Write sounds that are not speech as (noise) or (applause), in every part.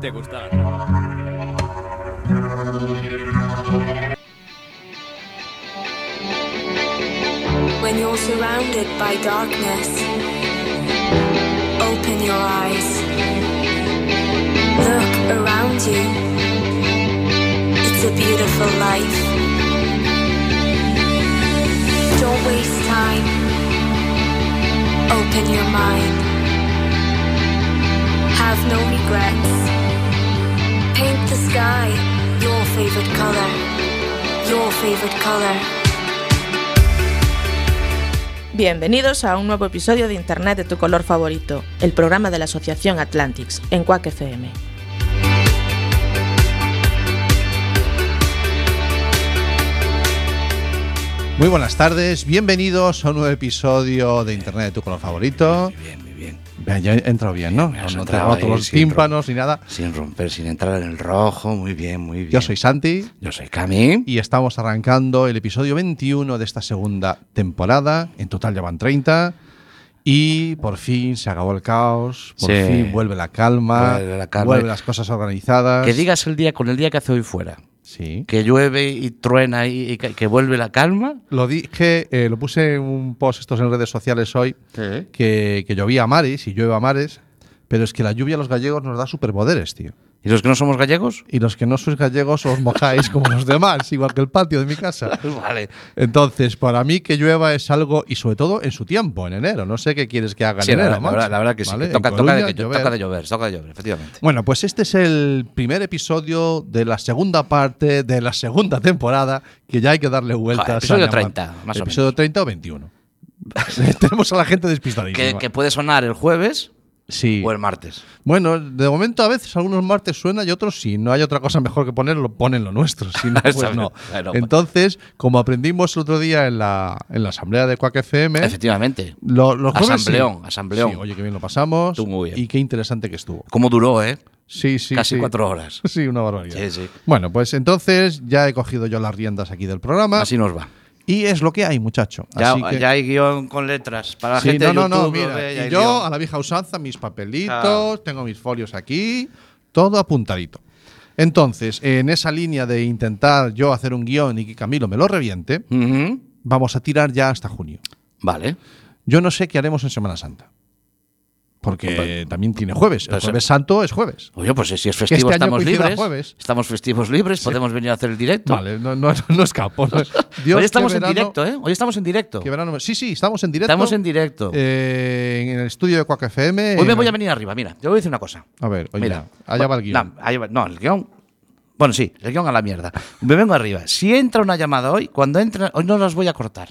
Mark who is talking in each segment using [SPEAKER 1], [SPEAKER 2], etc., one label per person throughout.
[SPEAKER 1] te gusta la trama.
[SPEAKER 2] When you're surrounded by darkness, open your eyes. Look around you. It's a beautiful life. Don't waste time. Open your mind. Have no regrets. Paint the sky your favorite color. Your favorite color.
[SPEAKER 3] Bienvenidos a un nuevo episodio de Internet de tu color favorito, el programa de la Asociación Atlantics en Quack FM.
[SPEAKER 4] Muy buenas tardes, bienvenidos a un nuevo episodio de Internet de tu color favorito.
[SPEAKER 5] Muy bien, muy bien.
[SPEAKER 4] Bien, ya he entrado bien, ¿no?
[SPEAKER 5] Me has
[SPEAKER 4] no te he
[SPEAKER 5] entrado
[SPEAKER 4] roto
[SPEAKER 5] ahí,
[SPEAKER 4] los
[SPEAKER 5] sí,
[SPEAKER 4] tímpanos ni nada.
[SPEAKER 5] Sin romper, sin entrar en el rojo. Muy bien, muy bien.
[SPEAKER 4] Yo soy Santi
[SPEAKER 5] Yo soy Cami.
[SPEAKER 4] y estamos arrancando el episodio 21 de esta segunda temporada. En total ya van 30. Y por fin se acabó el caos, por
[SPEAKER 5] Sí.
[SPEAKER 4] fin vuelve la calma,
[SPEAKER 5] Vuelve la calma.
[SPEAKER 4] vuelven las cosas organizadas.
[SPEAKER 5] Que digas el día con el día que hace hoy fuera.
[SPEAKER 4] Sí.
[SPEAKER 5] Que llueve y truena y, y que, que vuelve la calma.
[SPEAKER 4] Lo dije, eh, lo puse en un post estos en redes sociales hoy,
[SPEAKER 5] Sí.
[SPEAKER 4] que, que llovía a mares y llueve a mares, pero es que la lluvia a los gallegos nos da superpoderes, tío.
[SPEAKER 5] ¿Y los que no
[SPEAKER 4] (laughs)
[SPEAKER 5] somos gallegos?
[SPEAKER 4] y los que no sois gallegos os mojáis como los demás, igual que el patio de mi casa.
[SPEAKER 5] Vale.
[SPEAKER 4] Entonces, para mí que llueva es algo, y sobre todo en su tiempo, en enero. No sé qué quieres que haga en
[SPEAKER 5] Sí, la,
[SPEAKER 4] enero,
[SPEAKER 5] verdad, la
[SPEAKER 4] macho.
[SPEAKER 5] verdad- la verdad que sí.
[SPEAKER 4] ¿Vale?
[SPEAKER 5] que
[SPEAKER 4] En
[SPEAKER 5] toca, toca de,
[SPEAKER 4] Coruña,
[SPEAKER 5] que-
[SPEAKER 4] llover.
[SPEAKER 5] toca de llover, toca de llover, efectivamente.
[SPEAKER 4] Bueno, pues este es el primer episodio de la segunda parte de la segunda temporada, que ya hay que darle vueltas.
[SPEAKER 5] Joder, episodio
[SPEAKER 4] a llamar.
[SPEAKER 5] 30, más o
[SPEAKER 4] Episodio
[SPEAKER 5] menos.
[SPEAKER 4] 30 o 21. (laughs) Tenemos a la gente
[SPEAKER 5] Que,
[SPEAKER 4] despistadísima.
[SPEAKER 5] que puede sonar el jueves
[SPEAKER 4] sí.
[SPEAKER 5] o el martes.
[SPEAKER 4] Bueno, de momento a veces algunos martes suena y otros si no hay otra cosa mejor que ponerlo, ponen lo nuestro. Si
[SPEAKER 5] (laughs)
[SPEAKER 4] no, pues
[SPEAKER 5] Exacto.
[SPEAKER 4] no.
[SPEAKER 5] Claro.
[SPEAKER 4] Entonces, como aprendimos el otro día en la, en la asamblea de Quack FM,
[SPEAKER 5] Efectivamente.
[SPEAKER 4] lo- los jueves
[SPEAKER 5] Asambleón,
[SPEAKER 4] sí.
[SPEAKER 5] asambleón.
[SPEAKER 4] Sí, oye, qué bien lo pasamos
[SPEAKER 5] Estuvo muy bien.
[SPEAKER 4] y qué interesante que estuvo.
[SPEAKER 5] ¿Cómo duró, eh?
[SPEAKER 4] Sí, sí,
[SPEAKER 5] Casi
[SPEAKER 4] sí.
[SPEAKER 5] cuatro horas.
[SPEAKER 4] (laughs) Sí, una barbaridad.
[SPEAKER 5] Sí, sí.
[SPEAKER 4] Bueno, pues entonces ya he cogido yo las riendas aquí del programa
[SPEAKER 5] Así nos va.
[SPEAKER 4] y es lo que hay, muchacho.
[SPEAKER 5] Ya,
[SPEAKER 4] Así que-
[SPEAKER 5] ya hay guión con letras para la
[SPEAKER 4] Sí,
[SPEAKER 5] gente
[SPEAKER 4] no, no,
[SPEAKER 5] de YouTube.
[SPEAKER 4] no,
[SPEAKER 5] lo
[SPEAKER 4] mira.
[SPEAKER 5] ve,
[SPEAKER 4] y
[SPEAKER 5] ya hay
[SPEAKER 4] yo,
[SPEAKER 5] guión.
[SPEAKER 4] a la vieja usanza, mis papelitos,
[SPEAKER 5] Ah.
[SPEAKER 4] tengo mis folios aquí, todo apuntadito. Entonces, en esa línea de intentar yo hacer un guión y que Camilo me lo reviente,
[SPEAKER 5] Ujú.
[SPEAKER 4] vamos a tirar ya hasta junio.
[SPEAKER 5] Vale.
[SPEAKER 4] Yo no sé qué haremos en Semana Santa. Porque
[SPEAKER 5] Hombre. Pues, eh.
[SPEAKER 4] también tiene jueves. El
[SPEAKER 5] Pero se-
[SPEAKER 4] jueves santo es jueves.
[SPEAKER 5] Oye, pues si es
[SPEAKER 4] este
[SPEAKER 5] festivo
[SPEAKER 4] año
[SPEAKER 5] estamos
[SPEAKER 4] coincida
[SPEAKER 5] libres.
[SPEAKER 4] jueves.
[SPEAKER 5] Estamos festivos libres, podemos venir a hacer el directo.
[SPEAKER 4] Vale, no, no, no escapo. Dios,
[SPEAKER 5] (laughs) Hoy
[SPEAKER 4] qué
[SPEAKER 5] estamos en
[SPEAKER 4] verano-
[SPEAKER 5] directo, ¿eh? Hoy estamos en directo.
[SPEAKER 4] qué verano me- Sí, sí, estamos en directo.
[SPEAKER 5] Estamos en directo.
[SPEAKER 4] eh, en el estudio de Quack FM.
[SPEAKER 5] Hoy me voy a venir arriba, mira. Yo voy a decir una cosa.
[SPEAKER 4] eh, A ver, oye,
[SPEAKER 5] mira.
[SPEAKER 4] Pues allá va el guión.
[SPEAKER 5] Bueno, No, allá va- no, el guión. Bueno, sí, el guión a la mierda. Me vengo arriba. Si entra una llamada hoy, cuando entra, hoy no las voy a cortar.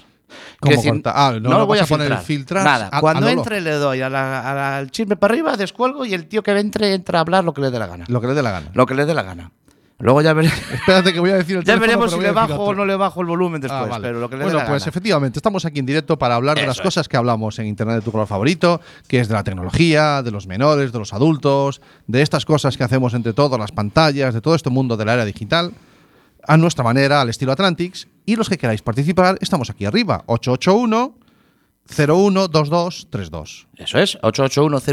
[SPEAKER 4] ¿Cómo
[SPEAKER 5] Quiero
[SPEAKER 4] corta? Ah, no
[SPEAKER 5] lo
[SPEAKER 4] lo
[SPEAKER 5] voy
[SPEAKER 4] vas
[SPEAKER 5] a
[SPEAKER 4] a poner
[SPEAKER 5] filtrar.
[SPEAKER 4] filtrar Ah,
[SPEAKER 5] Nada,
[SPEAKER 4] a-
[SPEAKER 5] cuando
[SPEAKER 4] a lo
[SPEAKER 5] entre le doy a la- a la- al chisme para arriba, descuelgo y el tío que entre entra a hablar lo que le dé la gana.
[SPEAKER 4] Lo que le dé la gana.
[SPEAKER 5] Lo que le dé la gana. Luego ya veré.
[SPEAKER 4] Espérate que voy a decir el
[SPEAKER 5] (laughs) Ya
[SPEAKER 4] teléfono,
[SPEAKER 5] veremos
[SPEAKER 4] pero
[SPEAKER 5] si
[SPEAKER 4] voy a
[SPEAKER 5] le
[SPEAKER 4] decir
[SPEAKER 5] bajo
[SPEAKER 4] otro.
[SPEAKER 5] o no le bajo el volumen
[SPEAKER 4] Ah,
[SPEAKER 5] después,
[SPEAKER 4] vale.
[SPEAKER 5] pero lo que le
[SPEAKER 4] bueno,
[SPEAKER 5] dé la
[SPEAKER 4] pues
[SPEAKER 5] gana.
[SPEAKER 4] efectivamente, estamos aquí en directo para hablar de
[SPEAKER 5] Eso
[SPEAKER 4] las
[SPEAKER 5] es.
[SPEAKER 4] cosas que hablamos en Internet de tu color favorito, que es de la tecnología, de los menores, de los adultos, de estas cosas que hacemos entre todos, las pantallas, de todo este mundo de la era digital, a nuestra manera, al estilo Atlantics. Y los que queráis participar, estamos aquí arriba, 881 012232.
[SPEAKER 5] Eso es,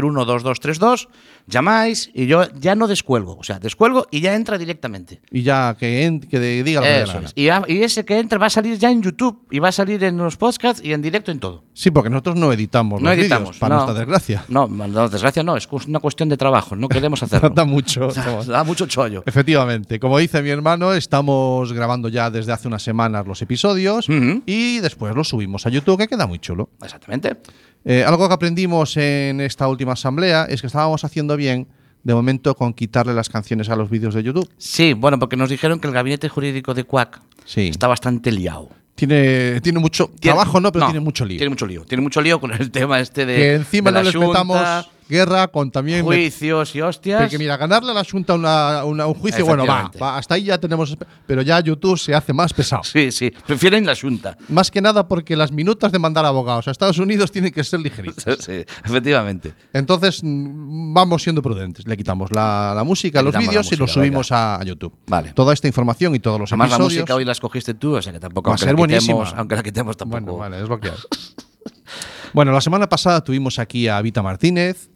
[SPEAKER 5] 881012232. Llamáis y yo ya no descuelgo. O sea, descuelgo y ya entra directamente.
[SPEAKER 4] Y ya que, en- que de- diga lo que le dé la
[SPEAKER 5] Eso
[SPEAKER 4] gana.
[SPEAKER 5] es. Y, a- y ese que entra va a salir ya en YouTube y va a salir en los podcasts y en directo en todo.
[SPEAKER 4] Sí, porque nosotros no editamos
[SPEAKER 5] No
[SPEAKER 4] los vídeos,
[SPEAKER 5] editamos.
[SPEAKER 4] para
[SPEAKER 5] no.
[SPEAKER 4] nuestra desgracia. (laughs)
[SPEAKER 5] No, no, desgracia no, es cu- una cuestión de trabajo, (laughs) no queremos hacerlo.
[SPEAKER 4] Da mucho. chaval.
[SPEAKER 5] Da mucho chollo.
[SPEAKER 4] Efectivamente, como dice mi hermano, estamos grabando ya desde hace unas semanas los episodios
[SPEAKER 5] Ujú.
[SPEAKER 4] y después los subimos a YouTube, que queda muy chulo.
[SPEAKER 5] Exactamente.
[SPEAKER 4] Eh, algo que aprendimos en esta última asamblea es que estábamos haciendo bien, de momento, con quitarle las canciones a los vídeos de YouTube.
[SPEAKER 5] Sí, bueno, porque nos dijeron que el gabinete jurídico de Cuac
[SPEAKER 4] Sí.
[SPEAKER 5] está bastante liado.
[SPEAKER 4] Tiene, tiene mucho
[SPEAKER 5] Tiene-
[SPEAKER 4] trabajo, no, pero tiene mucho lío.
[SPEAKER 5] Tiene mucho lío. Tiene mucho lío con el tema este de.
[SPEAKER 4] que encima
[SPEAKER 5] de
[SPEAKER 4] no
[SPEAKER 5] la
[SPEAKER 4] les
[SPEAKER 5] Xunta,
[SPEAKER 4] metamos guerra con también... me-
[SPEAKER 5] Juicios y hostias.
[SPEAKER 4] porque mira, ganarle a la Junta una, una- un juicio, bueno, va,
[SPEAKER 5] Efectivamente.
[SPEAKER 4] va, hasta ahí ya tenemos... Pero ya YouTube se hace más pesado.
[SPEAKER 5] Sí, sí. Prefieren la Junta. (laughs)
[SPEAKER 4] Más que nada porque las minutas de mandar abogados a Estados Unidos tienen que ser ligeritas.
[SPEAKER 5] Sí, efectivamente.
[SPEAKER 4] Entonces mm, vamos siendo prudentes. Le quitamos la, la música,
[SPEAKER 5] Le
[SPEAKER 4] los
[SPEAKER 5] quitamos la
[SPEAKER 4] vídeos y
[SPEAKER 5] música,
[SPEAKER 4] los subimos a, a YouTube.
[SPEAKER 5] Vale.
[SPEAKER 4] Toda esta información y todos los
[SPEAKER 5] Además, la
[SPEAKER 4] episodios.
[SPEAKER 5] música hoy la escogiste tú, o sea que tampoco.
[SPEAKER 4] Va a
[SPEAKER 5] aunque
[SPEAKER 4] ser
[SPEAKER 5] la quitemos-
[SPEAKER 4] buenísima.
[SPEAKER 5] Aunque la quitemos
[SPEAKER 4] Bueno,
[SPEAKER 5] tampoco.
[SPEAKER 4] vale, es (laughs) lo que hay. bueno, la semana pasada tuvimos aquí a Vita Martínez.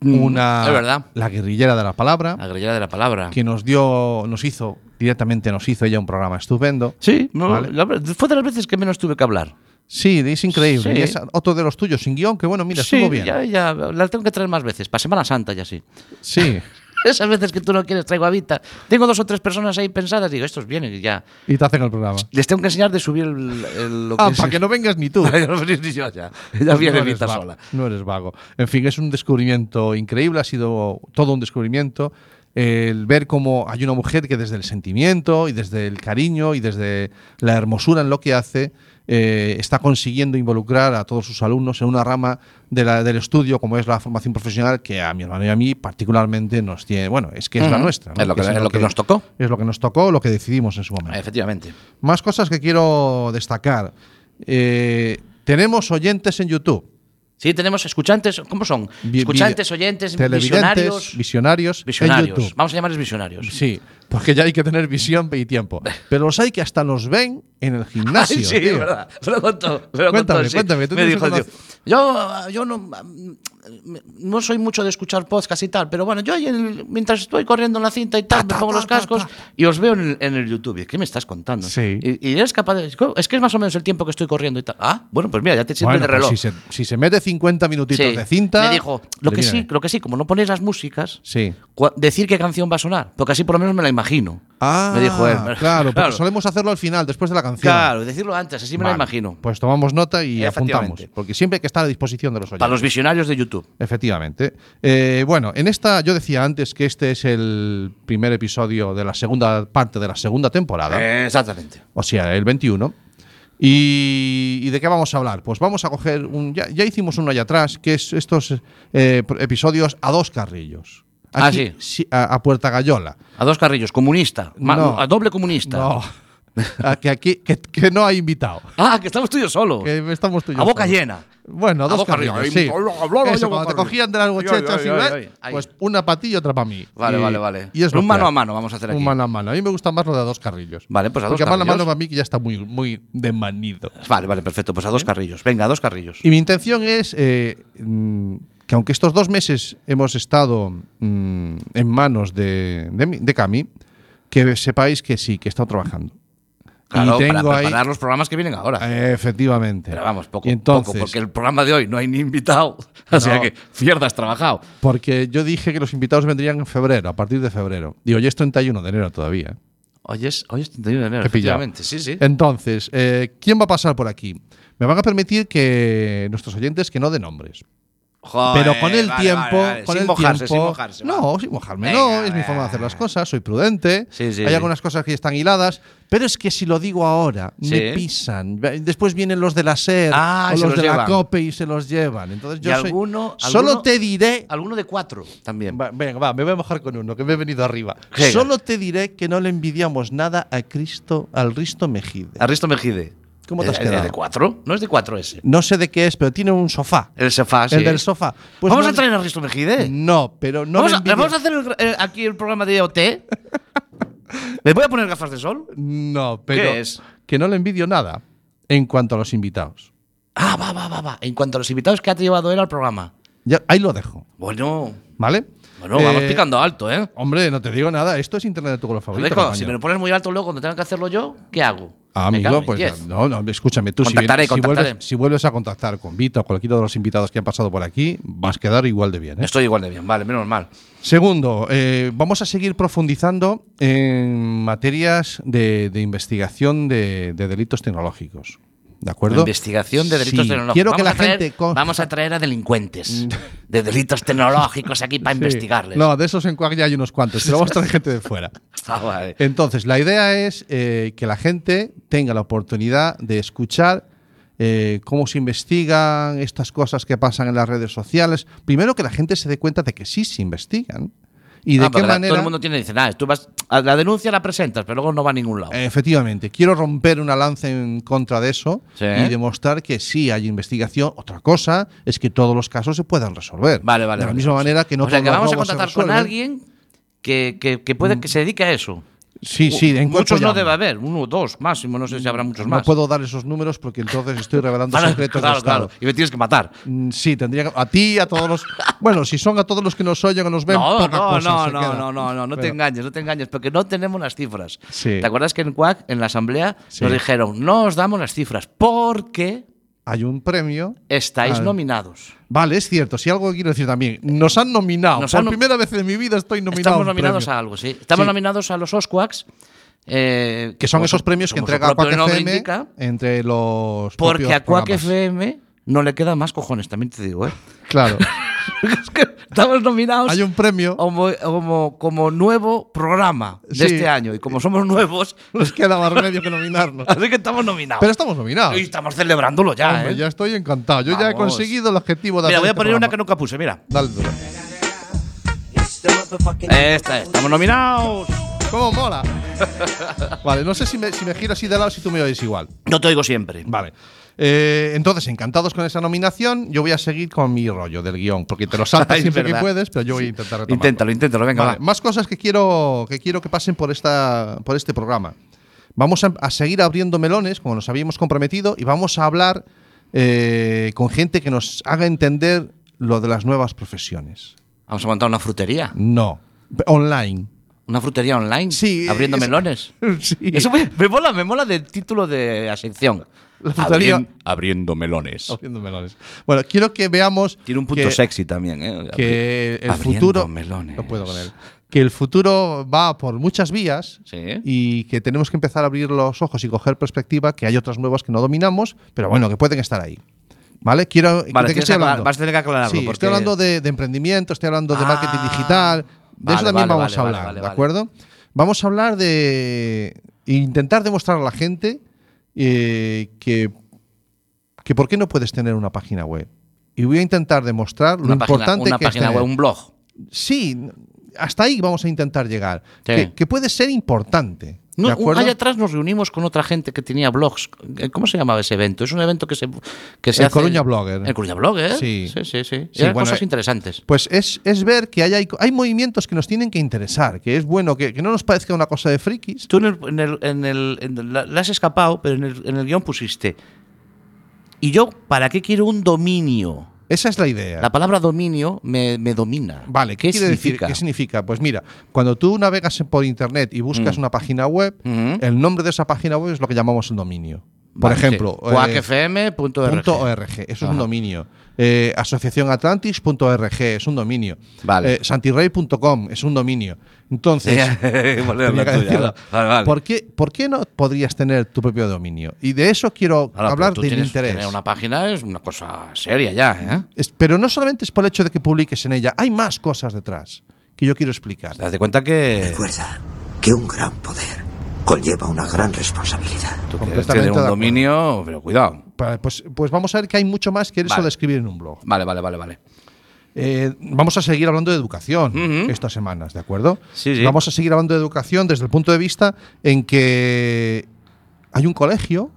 [SPEAKER 4] una
[SPEAKER 5] Mm, es verdad.
[SPEAKER 4] la guerrillera de la palabra
[SPEAKER 5] La guerrillera de la palabra.
[SPEAKER 4] que nos dio nos hizo directamente nos hizo ella un programa estupendo
[SPEAKER 5] Sí, no,
[SPEAKER 4] Vale.
[SPEAKER 5] la verdad, fue de las veces que menos tuve que hablar.
[SPEAKER 4] sí es increíble
[SPEAKER 5] Sí.
[SPEAKER 4] y es otro de los tuyos sin guión que bueno mira
[SPEAKER 5] sí,
[SPEAKER 4] estuvo bien
[SPEAKER 5] Ya, ya, la tengo que traer más veces, para Semana Santa ya sí.
[SPEAKER 4] sí
[SPEAKER 5] (laughs) Esas veces que tú no quieres traigo a Vita. Tengo dos o tres personas ahí pensadas, digo, estos vienen y ya.
[SPEAKER 4] y te hacen el programa
[SPEAKER 5] Les tengo que enseñar de subir el, el- lo
[SPEAKER 4] ah
[SPEAKER 5] que
[SPEAKER 4] para
[SPEAKER 5] es-
[SPEAKER 4] que no vengas ni tú
[SPEAKER 5] (laughs) Para que no venís ni yo ya. (laughs) Ya viene
[SPEAKER 4] no eres
[SPEAKER 5] Vita
[SPEAKER 4] vago,
[SPEAKER 5] sola.
[SPEAKER 4] No eres vago. En fin, es un descubrimiento increíble, ha sido todo un descubrimiento. El ver cómo hay una mujer que desde el sentimiento y desde el cariño y desde la hermosura en lo que hace, eh, está consiguiendo involucrar a todos sus alumnos en una rama de la- del estudio como es la formación profesional, que a mi hermano y a mí particularmente nos tiene, bueno, es que es la
[SPEAKER 5] Ujú.
[SPEAKER 4] nuestra. ¿no?
[SPEAKER 5] Es lo que- es lo que nos tocó.
[SPEAKER 4] Es lo que nos tocó, lo que decidimos en su momento.
[SPEAKER 5] Efectivamente.
[SPEAKER 4] Más cosas que quiero destacar. Eh, tenemos oyentes en YouTube.
[SPEAKER 5] Sí, tenemos escuchantes, ¿cómo son?
[SPEAKER 4] Vi-
[SPEAKER 5] escuchantes,
[SPEAKER 4] vi-
[SPEAKER 5] oyentes,
[SPEAKER 4] televidentes,
[SPEAKER 5] visionarios.
[SPEAKER 4] visionarios,
[SPEAKER 5] Visionarios.
[SPEAKER 4] en YouTube.
[SPEAKER 5] Vamos a llamarles visionarios. (laughs)
[SPEAKER 4] Sí, porque ya hay que tener visión y tiempo. Pero los hay que hasta nos ven en el gimnasio.
[SPEAKER 5] Ay, (laughs) sí,
[SPEAKER 4] tío.
[SPEAKER 5] verdad. Me lo contó. me lo
[SPEAKER 4] Cuéntame,
[SPEAKER 5] contó, sí.
[SPEAKER 4] cuéntame, tú
[SPEAKER 5] Me
[SPEAKER 4] tienes
[SPEAKER 5] dijo,
[SPEAKER 4] una-
[SPEAKER 5] tío, yo, yo no, mm, no soy mucho de escuchar podcast y tal, pero bueno, yo ahí en el- mientras estoy corriendo en la cinta y tal,
[SPEAKER 4] Ta, ta,
[SPEAKER 5] me pongo
[SPEAKER 4] ta,
[SPEAKER 5] los cascos
[SPEAKER 4] ta, ta.
[SPEAKER 5] y os veo en el, en el YouTube. ¿Y ¿Qué me estás contando?
[SPEAKER 4] Sí.
[SPEAKER 5] Y, y eres capaz de... Es que es más o menos el tiempo que estoy corriendo y tal. Ah, bueno, pues mira, ya te sirve
[SPEAKER 4] Bueno,
[SPEAKER 5] de
[SPEAKER 4] pues
[SPEAKER 5] reloj.
[SPEAKER 4] si, se, si se mete 50 minutitos
[SPEAKER 5] Sí.
[SPEAKER 4] de cinta.
[SPEAKER 5] Me dijo, lo
[SPEAKER 4] le
[SPEAKER 5] que,
[SPEAKER 4] viene
[SPEAKER 5] sí,
[SPEAKER 4] bien.
[SPEAKER 5] lo que sí, como no ponéis las músicas,
[SPEAKER 4] Sí.
[SPEAKER 5] cua- decir qué canción va a sonar, porque así por lo menos me la imagino.
[SPEAKER 4] Ah,
[SPEAKER 5] me dijo él.
[SPEAKER 4] claro, porque solemos hacerlo al final, después de la canción.
[SPEAKER 5] Claro, decirlo antes, así me la
[SPEAKER 4] Vale,
[SPEAKER 5] imagino.
[SPEAKER 4] Pues tomamos nota y
[SPEAKER 5] Efectivamente.
[SPEAKER 4] apuntamos. Porque siempre hay que estar a disposición de los oyentes.
[SPEAKER 5] Para los visionarios de YouTube.
[SPEAKER 4] Efectivamente. Eh, bueno, en esta yo decía antes que este es el primer episodio de la segunda parte de la segunda temporada.
[SPEAKER 5] Eh, Exactamente.
[SPEAKER 4] o sea, el 21. ¿Y, y de qué vamos a hablar? Pues vamos a coger un. Ya, ya hicimos uno allá atrás, que es estos eh, pro- episodios a dos carrillos.
[SPEAKER 5] Ah, sí.
[SPEAKER 4] a, a Puerta Gallola.
[SPEAKER 5] A dos carrillos, comunista. Ma-
[SPEAKER 4] No.
[SPEAKER 5] A doble comunista.
[SPEAKER 4] No. A que aquí que, que no hay invitado.
[SPEAKER 5] Ah, que estamos tú y yo solos.
[SPEAKER 4] Que estamos tú y yo
[SPEAKER 5] a boca
[SPEAKER 4] solos.
[SPEAKER 5] llena.
[SPEAKER 4] Bueno, a
[SPEAKER 5] A
[SPEAKER 4] dos
[SPEAKER 5] boca arriba.
[SPEAKER 4] carrillos. Sí.
[SPEAKER 5] Ay, habla, habla,
[SPEAKER 4] Eso,
[SPEAKER 5] habla,
[SPEAKER 4] cuando te
[SPEAKER 5] boca
[SPEAKER 4] cogían de las
[SPEAKER 5] arriba.
[SPEAKER 4] bochechas,
[SPEAKER 5] Ay,
[SPEAKER 4] y
[SPEAKER 5] ay,
[SPEAKER 4] ves,
[SPEAKER 5] ay, ay.
[SPEAKER 4] pues una para ti y otra para mí.
[SPEAKER 5] Vale,
[SPEAKER 4] Y-
[SPEAKER 5] vale, vale.
[SPEAKER 4] Y es lo
[SPEAKER 5] un
[SPEAKER 4] que
[SPEAKER 5] mano
[SPEAKER 4] hay.
[SPEAKER 5] a mano vamos a hacer aquí.
[SPEAKER 4] Un mano a mano. A mí me gusta más lo de a dos carrillos.
[SPEAKER 5] Vale, pues a dos
[SPEAKER 4] Porque mano a
[SPEAKER 5] carrillos.
[SPEAKER 4] mano para mí que ya está muy, muy demanido.
[SPEAKER 5] Vale, vale, perfecto. Pues a dos carrillos. Venga, a dos carrillos.
[SPEAKER 4] ¿Eh? Y mi intención es eh, mm, que aunque estos dos meses hemos estado mm, en manos de, de, mi- de Cami, que sepáis que sí, que he estado trabajando.
[SPEAKER 5] Claro,
[SPEAKER 4] y
[SPEAKER 5] para
[SPEAKER 4] tengo ahí-
[SPEAKER 5] preparar los programas que vienen ahora.
[SPEAKER 4] Eh, Efectivamente.
[SPEAKER 5] Pero vamos, poco,
[SPEAKER 4] Y entonces,
[SPEAKER 5] poco, porque el programa de hoy no hay ni invitado. (laughs) O sea que mierda has trabajado.
[SPEAKER 4] porque yo dije que los invitados vendrían en febrero, a partir de febrero. Digo, hoy es 31 de enero todavía.
[SPEAKER 5] Hoy es, hoy es 31 de enero,
[SPEAKER 4] He pillado.
[SPEAKER 5] efectivamente. Sí, sí.
[SPEAKER 4] Entonces, eh, ¿quién va a pasar por aquí? Me van a permitir que nuestros oyentes que no den nombres.
[SPEAKER 5] Joder,
[SPEAKER 4] Pero con el
[SPEAKER 5] Eh, vale,
[SPEAKER 4] tiempo,
[SPEAKER 5] vale, vale.
[SPEAKER 4] con
[SPEAKER 5] sin
[SPEAKER 4] el
[SPEAKER 5] mojarse,
[SPEAKER 4] tiempo-
[SPEAKER 5] sin mojarse. va.
[SPEAKER 4] no, sin mojarme,
[SPEAKER 5] Venga,
[SPEAKER 4] no, es mi
[SPEAKER 5] venga.
[SPEAKER 4] forma de hacer las cosas, soy prudente.
[SPEAKER 5] Sí, sí,
[SPEAKER 4] hay
[SPEAKER 5] sí.
[SPEAKER 4] algunas cosas que están hiladas, pero es que si lo digo ahora, me
[SPEAKER 5] Sí.
[SPEAKER 4] pisan. Después vienen los de la SER
[SPEAKER 5] Ah,
[SPEAKER 4] o
[SPEAKER 5] y
[SPEAKER 4] los,
[SPEAKER 5] se los
[SPEAKER 4] de la
[SPEAKER 5] llevan.
[SPEAKER 4] COPE y se los llevan. Entonces
[SPEAKER 5] Y
[SPEAKER 4] yo soy-
[SPEAKER 5] alguno-
[SPEAKER 4] solo
[SPEAKER 5] alguno- Ah.
[SPEAKER 4] te diré
[SPEAKER 5] Alguno de cuatro también.
[SPEAKER 4] Va- venga, va, me voy a mojar con uno, que me he venido arriba.
[SPEAKER 5] Venga.
[SPEAKER 4] Solo te diré que no le envidiamos nada a Cristo, al Risto Mejide.
[SPEAKER 5] Aristo Mejide.
[SPEAKER 4] ¿Cómo te has
[SPEAKER 5] ¿Es- es
[SPEAKER 4] quedado?
[SPEAKER 5] de cuatro? No es de cuatro ese.
[SPEAKER 4] No sé de qué es, pero tiene un sofá.
[SPEAKER 5] El sofá, Ah, sí.
[SPEAKER 4] El del sofá. Pues
[SPEAKER 5] vamos
[SPEAKER 4] no
[SPEAKER 5] a
[SPEAKER 4] le-
[SPEAKER 5] traer a Risto Mejide.
[SPEAKER 4] No, pero no
[SPEAKER 5] vamos,
[SPEAKER 4] le
[SPEAKER 5] a,
[SPEAKER 4] envidia-
[SPEAKER 5] vamos a hacer el- eh, aquí el programa de OT.
[SPEAKER 4] (laughs)
[SPEAKER 5] ¿Me voy a poner gafas de sol?
[SPEAKER 4] No, pero
[SPEAKER 5] ¿Qué es?
[SPEAKER 4] que no le envidio nada en cuanto a los invitados.
[SPEAKER 5] Ah, va, va, va, va. En cuanto a los invitados que ha llevado él al programa.
[SPEAKER 4] Ya, ahí lo dejo,
[SPEAKER 5] Bueno,
[SPEAKER 4] ¿vale?
[SPEAKER 5] bueno,
[SPEAKER 4] Eh,
[SPEAKER 5] vamos picando alto, ¿eh?
[SPEAKER 4] Hombre, no te digo nada, esto es internet de tu color favorito.
[SPEAKER 5] Rico,
[SPEAKER 4] compañero.
[SPEAKER 5] si me lo pones muy alto luego cuando tenga que hacerlo yo, ¿qué hago?
[SPEAKER 4] Ah,
[SPEAKER 5] Me
[SPEAKER 4] Amigo,
[SPEAKER 5] cago en
[SPEAKER 4] pues
[SPEAKER 5] diez.
[SPEAKER 4] no, no, escúchame, tú si,
[SPEAKER 5] Contactaré,
[SPEAKER 4] vienes- si
[SPEAKER 5] contactaré.
[SPEAKER 4] vuelves, si vuelves a contactar con Vito o cualquiera de los invitados que han pasado por aquí, vas a quedar igual de bien. ¿eh?
[SPEAKER 5] Estoy igual de bien, vale, menos mal.
[SPEAKER 4] Segundo, eh, vamos a seguir profundizando en materias de, de investigación de, de delitos tecnológicos. ¿De acuerdo?
[SPEAKER 5] Investigación de delitos
[SPEAKER 4] Sí,
[SPEAKER 5] tecnológicos.
[SPEAKER 4] Quiero que
[SPEAKER 5] Vamos
[SPEAKER 4] la
[SPEAKER 5] a traer-
[SPEAKER 4] gente. con-
[SPEAKER 5] Vamos a traer a delincuentes de delitos tecnológicos aquí para
[SPEAKER 4] Sí.
[SPEAKER 5] investigarles.
[SPEAKER 4] No, de esos en Quack ya hay unos cuantos, pero vamos a traer gente de
[SPEAKER 5] (laughs)
[SPEAKER 4] fuera.
[SPEAKER 5] Ah, vale.
[SPEAKER 4] Entonces, la idea es eh, que la gente tenga la oportunidad de escuchar eh, cómo se investigan estas cosas que pasan en las redes sociales. Primero que la gente se dé cuenta de que sí se investigan y de
[SPEAKER 5] Ah,
[SPEAKER 4] qué
[SPEAKER 5] porque la-
[SPEAKER 4] manera.
[SPEAKER 5] Todo el mundo tiene dice, nada, tú vas a la denuncia la presentas, pero luego no va a ningún
[SPEAKER 4] Eh,
[SPEAKER 5] lado.
[SPEAKER 4] Efectivamente, quiero romper una lanza en contra de eso
[SPEAKER 5] Sí.
[SPEAKER 4] y demostrar que sí hay investigación. Otra cosa es que todos los casos se puedan resolver.
[SPEAKER 5] vale, vale.
[SPEAKER 4] De la
[SPEAKER 5] vale.
[SPEAKER 4] misma manera que no
[SPEAKER 5] O sea,
[SPEAKER 4] todos
[SPEAKER 5] que
[SPEAKER 4] los
[SPEAKER 5] vamos a
[SPEAKER 4] robos se
[SPEAKER 5] contactar con
[SPEAKER 4] resuelven.
[SPEAKER 5] alguien que, que, que puede que se dedique a eso.
[SPEAKER 4] Sí, sí, en cuerpo
[SPEAKER 5] Muchos no
[SPEAKER 4] llama.
[SPEAKER 5] debe haber, uno, dos máximo, no sé si habrá muchos
[SPEAKER 4] No
[SPEAKER 5] más.
[SPEAKER 4] puedo dar esos números porque entonces estoy revelando
[SPEAKER 5] (laughs) Claro,
[SPEAKER 4] secretos de
[SPEAKER 5] claro,
[SPEAKER 4] Estado.
[SPEAKER 5] claro, y me tienes que matar.
[SPEAKER 4] Mm, Sí, tendría que- a ti, a todos
[SPEAKER 5] (laughs)
[SPEAKER 4] los. Bueno, si son a todos los que nos oyen o nos ven,
[SPEAKER 5] No,
[SPEAKER 4] poca
[SPEAKER 5] no,
[SPEAKER 4] cosa
[SPEAKER 5] no,
[SPEAKER 4] se
[SPEAKER 5] no,
[SPEAKER 4] queda.
[SPEAKER 5] no, no, no, no te
[SPEAKER 4] Pero-
[SPEAKER 5] engañes, no te engañes, porque no tenemos las cifras.
[SPEAKER 4] Sí.
[SPEAKER 5] ¿Te acuerdas que en CUAC, en la asamblea,
[SPEAKER 4] Sí.
[SPEAKER 5] nos dijeron, no os damos las cifras porque
[SPEAKER 4] Hay un premio.
[SPEAKER 5] estáis
[SPEAKER 4] Al-
[SPEAKER 5] nominados?
[SPEAKER 4] Vale, es cierto. Si algo quiero decir también, nos han nominado.
[SPEAKER 5] Nos
[SPEAKER 4] Por
[SPEAKER 5] han nom-
[SPEAKER 4] primera vez en mi vida estoy nominado. a
[SPEAKER 5] Estamos
[SPEAKER 4] un
[SPEAKER 5] nominados
[SPEAKER 4] premio.
[SPEAKER 5] a algo, sí. Estamos
[SPEAKER 4] Sí.
[SPEAKER 5] nominados a los OSCUACs. eh,
[SPEAKER 4] Que son
[SPEAKER 5] como su-
[SPEAKER 4] esos premios que
[SPEAKER 5] como su
[SPEAKER 4] entrega
[SPEAKER 5] propio
[SPEAKER 4] Quack
[SPEAKER 5] nombre
[SPEAKER 4] FM
[SPEAKER 5] indica,
[SPEAKER 4] entre los.
[SPEAKER 5] Porque
[SPEAKER 4] propios
[SPEAKER 5] a Quack
[SPEAKER 4] programas.
[SPEAKER 5] FM no le quedan más cojones, también te digo, ¿eh? (laughs)
[SPEAKER 4] Claro.
[SPEAKER 5] Es que estamos nominados
[SPEAKER 4] Hay un premio.
[SPEAKER 5] como, como, como nuevo programa de
[SPEAKER 4] Sí.
[SPEAKER 5] este año. Y como somos nuevos, (laughs)
[SPEAKER 4] Nos queda más remedio que nominarnos.
[SPEAKER 5] así que estamos nominados.
[SPEAKER 4] Pero estamos nominados.
[SPEAKER 5] y estamos celebrándolo ya,
[SPEAKER 4] Ah. Hombre,
[SPEAKER 5] ¿eh?
[SPEAKER 4] ya estoy encantado. Yo ya he
[SPEAKER 5] Vamos.
[SPEAKER 4] conseguido el objetivo de
[SPEAKER 5] Mira,
[SPEAKER 4] hacer
[SPEAKER 5] voy a
[SPEAKER 4] este
[SPEAKER 5] poner una que
[SPEAKER 4] programa.
[SPEAKER 5] nunca puse, mira.
[SPEAKER 4] Dale duro.
[SPEAKER 5] Esta, es, estamos nominados.
[SPEAKER 4] ¿Cómo mola? (laughs) vale, no sé si me, si me giro así de lado si tú me oyes igual.
[SPEAKER 5] No te oigo siempre.
[SPEAKER 4] Vale. Eh, entonces, encantados con esa nominación, yo voy a seguir con mi rollo del guión, porque te lo saltas
[SPEAKER 5] (laughs) Es
[SPEAKER 4] siempre que
[SPEAKER 5] verdad.
[SPEAKER 4] puedes, pero yo voy a intentar retomarlo.
[SPEAKER 5] Inténtalo, inténtalo, venga,
[SPEAKER 4] Vale,
[SPEAKER 5] va.
[SPEAKER 4] Más cosas que quiero que, quiero que pasen por, esta, por este programa. Vamos a, a seguir abriendo melones, como nos habíamos comprometido, y vamos a hablar eh, con gente que nos haga entender lo de las nuevas profesiones.
[SPEAKER 5] Vamos a montar una frutería.
[SPEAKER 4] No. Online.
[SPEAKER 5] Una frutería online.
[SPEAKER 4] Sí,
[SPEAKER 5] Abriendo
[SPEAKER 4] es-
[SPEAKER 5] melones.
[SPEAKER 4] (laughs) Sí.
[SPEAKER 5] Eso me, me mola, me mola del título de la sección.
[SPEAKER 4] La frutería-
[SPEAKER 5] abriendo melones.
[SPEAKER 4] Abriendo melones. Bueno, quiero que veamos.
[SPEAKER 5] Tiene un punto
[SPEAKER 4] que-
[SPEAKER 5] sexy también, ¿eh?
[SPEAKER 4] que el
[SPEAKER 5] Abriendo
[SPEAKER 4] futuro
[SPEAKER 5] melones.
[SPEAKER 4] no puedo con él. que el futuro va por muchas vías
[SPEAKER 5] Sí. ¿eh?
[SPEAKER 4] y que tenemos que empezar a abrir los ojos y coger perspectiva que hay otras nuevas que no dominamos pero bueno que pueden estar ahí vale quiero ¿de
[SPEAKER 5] Vale,
[SPEAKER 4] qué
[SPEAKER 5] tienes
[SPEAKER 4] estoy
[SPEAKER 5] que aclarar-
[SPEAKER 4] hablando?
[SPEAKER 5] vas a tener que aclararlo,
[SPEAKER 4] Sí,
[SPEAKER 5] porque-
[SPEAKER 4] estoy hablando de, de emprendimiento estoy hablando de
[SPEAKER 5] Ah,
[SPEAKER 4] marketing digital de eso
[SPEAKER 5] vale,
[SPEAKER 4] también
[SPEAKER 5] vale,
[SPEAKER 4] vamos
[SPEAKER 5] vale,
[SPEAKER 4] a
[SPEAKER 5] vale,
[SPEAKER 4] hablar
[SPEAKER 5] vale,
[SPEAKER 4] de
[SPEAKER 5] vale.
[SPEAKER 4] acuerdo vamos a hablar de intentar demostrar a la gente eh, que que por qué no puedes tener una página web y voy a intentar demostrar lo
[SPEAKER 5] Una página,
[SPEAKER 4] importante
[SPEAKER 5] una
[SPEAKER 4] que es
[SPEAKER 5] página
[SPEAKER 4] tener-
[SPEAKER 5] web, un blog.
[SPEAKER 4] Sí, hasta ahí vamos a intentar llegar.
[SPEAKER 5] Sí.
[SPEAKER 4] Que, que puede ser importante.
[SPEAKER 5] No,
[SPEAKER 4] ¿De acuerdo?
[SPEAKER 5] allá atrás nos reunimos con otra gente que tenía blogs. Eh, ¿Cómo se llamaba ese evento? Es un evento que se, que se
[SPEAKER 4] El
[SPEAKER 5] hace-
[SPEAKER 4] Coruña Blogger.
[SPEAKER 5] El Coruña Blogger.
[SPEAKER 4] Sí.
[SPEAKER 5] Sí, sí, sí. sí.
[SPEAKER 4] Sí,
[SPEAKER 5] Eran
[SPEAKER 4] bueno,
[SPEAKER 5] cosas
[SPEAKER 4] eh,
[SPEAKER 5] interesantes.
[SPEAKER 4] Pues es, es ver que hay, hay, hay movimientos que nos tienen que interesar, que es bueno, que, que no nos parezca una cosa de frikis.
[SPEAKER 5] Tú en el, en el- en el- en la, la has escapado, pero en el, en el guión pusiste. ¿Y yo para qué quiero un dominio?
[SPEAKER 4] Esa es la idea.
[SPEAKER 5] La palabra dominio me, me domina.
[SPEAKER 4] Vale, ¿qué, quiere decir? ¿Qué significa? Pues mira, cuando tú navegas en- por internet y
[SPEAKER 5] Mm.
[SPEAKER 4] buscas una página web,
[SPEAKER 5] Ujú.
[SPEAKER 4] el nombre de esa página web es lo que llamamos el dominio. Por
[SPEAKER 5] Mm-hmm. Vale,
[SPEAKER 4] ejemplo,
[SPEAKER 5] sí.
[SPEAKER 4] eh,
[SPEAKER 5] quackfm.org.
[SPEAKER 4] Punto .org, es un
[SPEAKER 5] Ajá.
[SPEAKER 4] dominio. Eh, asociacionatlantis.org es un dominio.
[SPEAKER 5] Vale.
[SPEAKER 4] Eh, santirrey.com es un dominio.
[SPEAKER 5] (laughs)
[SPEAKER 4] Entonces,
[SPEAKER 5] Vale,
[SPEAKER 4] tenía
[SPEAKER 5] eh, la
[SPEAKER 4] que
[SPEAKER 5] tuya,
[SPEAKER 4] decirlo.
[SPEAKER 5] vale, vale.
[SPEAKER 4] ¿Por, qué, por qué no podrías tener tu propio dominio? Y de eso quiero
[SPEAKER 5] Ahora, pero
[SPEAKER 4] hablar
[SPEAKER 5] tú
[SPEAKER 4] del
[SPEAKER 5] tienes-
[SPEAKER 4] interés.
[SPEAKER 5] Tener una página es una cosa seria ya, ¿eh?
[SPEAKER 4] Es- pero no solamente es por el hecho de que publiques en ella, hay más cosas detrás que yo quiero explicar.
[SPEAKER 5] Te das de cuenta que
[SPEAKER 1] Recuerda que un gran poder conlleva una gran responsabilidad.
[SPEAKER 5] tú quieres
[SPEAKER 4] Completamente
[SPEAKER 5] tener
[SPEAKER 4] de
[SPEAKER 5] un
[SPEAKER 4] acuerdo.
[SPEAKER 5] dominio, pero cuidado.
[SPEAKER 4] Pa- Pues, pues vamos a ver que hay mucho más que eso
[SPEAKER 5] Vale.
[SPEAKER 4] de escribir en un blog.
[SPEAKER 5] Vale, vale, vale, vale.
[SPEAKER 4] Eh, vamos a seguir hablando de educación
[SPEAKER 5] Ujú.
[SPEAKER 4] estas semanas, ¿de acuerdo?
[SPEAKER 5] Sí, sí.
[SPEAKER 4] Vamos a seguir hablando de educación desde el punto de vista en que hay un colegio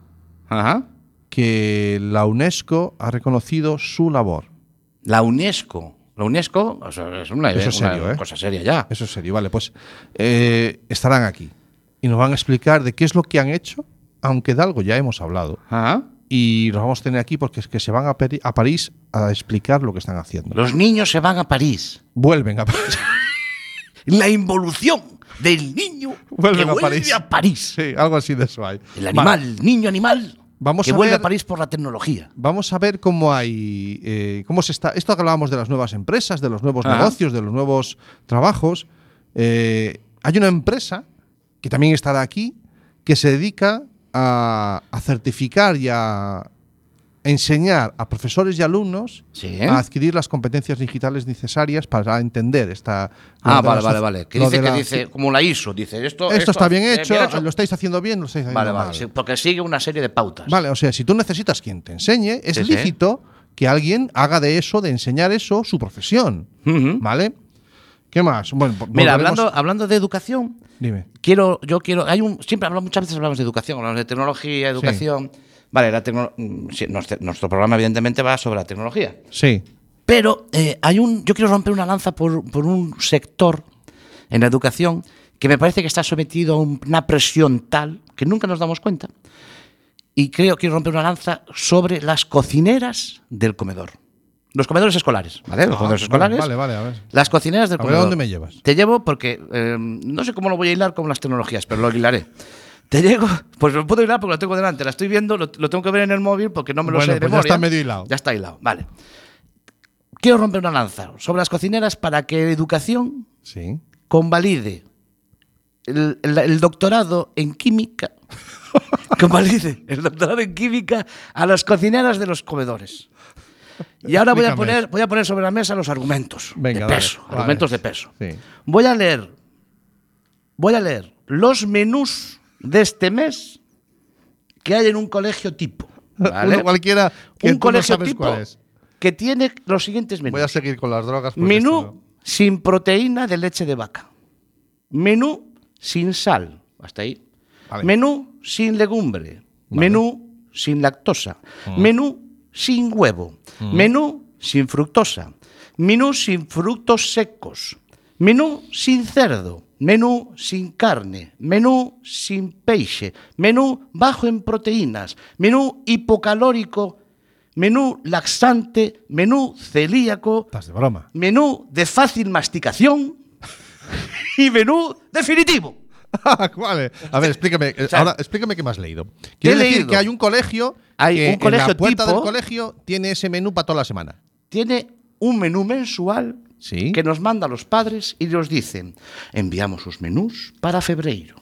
[SPEAKER 5] Ajá.
[SPEAKER 4] que la UNESCO ha reconocido su labor.
[SPEAKER 5] La UNESCO. La UNESCO o sea, es una,
[SPEAKER 4] Eso es
[SPEAKER 5] una
[SPEAKER 4] serio, ¿eh?
[SPEAKER 5] cosa seria ya.
[SPEAKER 4] Eso es serio, vale, pues eh, estarán aquí y nos van a explicar de qué es lo que han hecho, aunque de algo ya hemos hablado.
[SPEAKER 5] Ajá.
[SPEAKER 4] Y los vamos a tener aquí porque es que se van a, Peri- a París a explicar lo que están haciendo.
[SPEAKER 5] Los niños se van a París.
[SPEAKER 4] Vuelven a (laughs) París.
[SPEAKER 5] La involución del niño
[SPEAKER 4] Vuelven
[SPEAKER 5] que
[SPEAKER 4] a
[SPEAKER 5] vuelve
[SPEAKER 4] París.
[SPEAKER 5] a París.
[SPEAKER 4] Sí, algo así de eso hay.
[SPEAKER 5] El
[SPEAKER 4] Vale.
[SPEAKER 5] animal, niño animal,
[SPEAKER 4] Vamos
[SPEAKER 5] que
[SPEAKER 4] a
[SPEAKER 5] vuelve
[SPEAKER 4] ver-
[SPEAKER 5] a París por la tecnología.
[SPEAKER 4] Vamos a ver cómo hay, eh, cómo se está. Esto que hablábamos de las nuevas empresas, de los nuevos
[SPEAKER 5] Ajá.
[SPEAKER 4] negocios, de los nuevos trabajos. eh, hay una empresa que también estará aquí que se dedica a, a certificar y a enseñar a profesores y alumnos
[SPEAKER 5] Sí.
[SPEAKER 4] a adquirir las competencias digitales necesarias para entender esta. lo de
[SPEAKER 5] Ah,
[SPEAKER 4] la
[SPEAKER 5] vale, vale,
[SPEAKER 4] soci-
[SPEAKER 5] vale. Que
[SPEAKER 4] lo
[SPEAKER 5] dice
[SPEAKER 4] de
[SPEAKER 5] que
[SPEAKER 4] la-
[SPEAKER 5] dice, como la ISO, dice esto.
[SPEAKER 4] Esto, está bien
[SPEAKER 5] eh,
[SPEAKER 4] hecho,
[SPEAKER 5] bien
[SPEAKER 4] lo estáis haciendo bien, lo estáis haciendo
[SPEAKER 5] Vale, vale,
[SPEAKER 4] mal.
[SPEAKER 5] sí, porque sigue una serie de pautas.
[SPEAKER 4] Vale, o sea, si tú necesitas quien te enseñe, es
[SPEAKER 5] Sí, sí.
[SPEAKER 4] lícito que alguien haga de eso, de enseñar eso, su profesión.
[SPEAKER 5] Ujú.
[SPEAKER 4] ¿Vale? ¿Qué más? Bueno, po-
[SPEAKER 5] Mira,
[SPEAKER 4] volveremos-
[SPEAKER 5] hablando, hablando de educación,
[SPEAKER 4] Dime.
[SPEAKER 5] quiero, yo quiero, hay un, siempre hablamos, muchas veces hablamos de educación, hablamos de tecnología, educación. Vale, la tecno- mm, sí, nuestro, nuestro programa evidentemente va sobre la tecnología.
[SPEAKER 4] Sí.
[SPEAKER 5] Pero eh, hay un, yo quiero romper una lanza por, por un sector en la educación que me parece que está sometido a una presión tal que nunca nos damos cuenta. Y creo que romper una lanza sobre las cocineras del comedor. Los comedores escolares, ¿vale? Los
[SPEAKER 4] Ah,
[SPEAKER 5] comedores
[SPEAKER 4] vale,
[SPEAKER 5] escolares.
[SPEAKER 4] vale, vale, a ver.
[SPEAKER 5] Las cocineras
[SPEAKER 4] A
[SPEAKER 5] del
[SPEAKER 4] ver,
[SPEAKER 5] comedor.
[SPEAKER 4] ¿dónde me llevas?
[SPEAKER 5] Te llevo porque eh, no sé cómo lo voy a hilar con las tecnologías, pero lo hilaré. Te llego, (laughs) pues lo puedo hilar porque lo tengo delante, la estoy viendo, lo, lo tengo que ver en el móvil porque no me lo
[SPEAKER 4] Bueno,
[SPEAKER 5] sé de
[SPEAKER 4] pues ya
[SPEAKER 5] memoria.
[SPEAKER 4] está medio hilado.
[SPEAKER 5] Ya está hilado, vale. Quiero romper una lanza sobre las cocineras para que educación
[SPEAKER 4] Sí.
[SPEAKER 5] convalide el, el- el doctorado en química. (laughs) convalide el doctorado en química a las cocineras de los comedores. Y ahora voy a,
[SPEAKER 4] Explícame
[SPEAKER 5] poner,
[SPEAKER 4] eso.
[SPEAKER 5] voy a poner sobre la mesa los argumentos
[SPEAKER 4] Venga,
[SPEAKER 5] de
[SPEAKER 4] dale,
[SPEAKER 5] peso.
[SPEAKER 4] vale.
[SPEAKER 5] argumentos de peso.
[SPEAKER 4] Sí.
[SPEAKER 5] Voy a leer. Voy a leer los menús de este mes que hay en un colegio tipo.
[SPEAKER 4] (laughs)
[SPEAKER 5] ¿vale?
[SPEAKER 4] Uno cualquiera que
[SPEAKER 5] un
[SPEAKER 4] tú
[SPEAKER 5] colegio
[SPEAKER 4] no sabes
[SPEAKER 5] tipo
[SPEAKER 4] cuál es.
[SPEAKER 5] que tiene los siguientes menús.
[SPEAKER 4] Voy a seguir con las drogas. porque
[SPEAKER 5] Menú
[SPEAKER 4] esto no-
[SPEAKER 5] sin proteína de leche de vaca. Menú sin sal. Hasta ahí.
[SPEAKER 4] Vale.
[SPEAKER 5] Menú sin legumbre. Menú sin lactosa. Menú sin huevo. Menú sin fructosa. Menú sin frutos secos. Menú sin cerdo. Menú sin carne. Menú sin peixe. Menú bajo en proteínas. Menú hipocalórico. Menú laxante. Menú celíaco
[SPEAKER 4] Estás de broma. (laughs)
[SPEAKER 5] menú de fácil masticación (laughs) y menú definitivo.
[SPEAKER 4] vale. A ver, explícame. eh,
[SPEAKER 5] sea,
[SPEAKER 4] ahora, explícame qué más has leído. Quiere decir
[SPEAKER 5] leído?
[SPEAKER 4] que hay un colegio.
[SPEAKER 5] Hay
[SPEAKER 4] que
[SPEAKER 5] un
[SPEAKER 4] en
[SPEAKER 5] colegio
[SPEAKER 4] la puerta
[SPEAKER 5] tipo-
[SPEAKER 4] del colegio tiene ese menú para toda la semana.
[SPEAKER 5] Tiene un menú mensual
[SPEAKER 4] Sí.
[SPEAKER 5] que nos manda a los padres y nos dicen, enviamos sus menús para febreiro.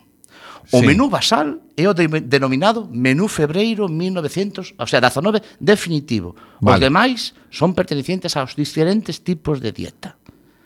[SPEAKER 5] O
[SPEAKER 4] Sí.
[SPEAKER 5] menú basal é o de, denominado menú febreiro 1900, o sea, 19 definitivo. Os
[SPEAKER 4] Vale.
[SPEAKER 5] demais son pertenecientes aos diferentes tipos de dieta.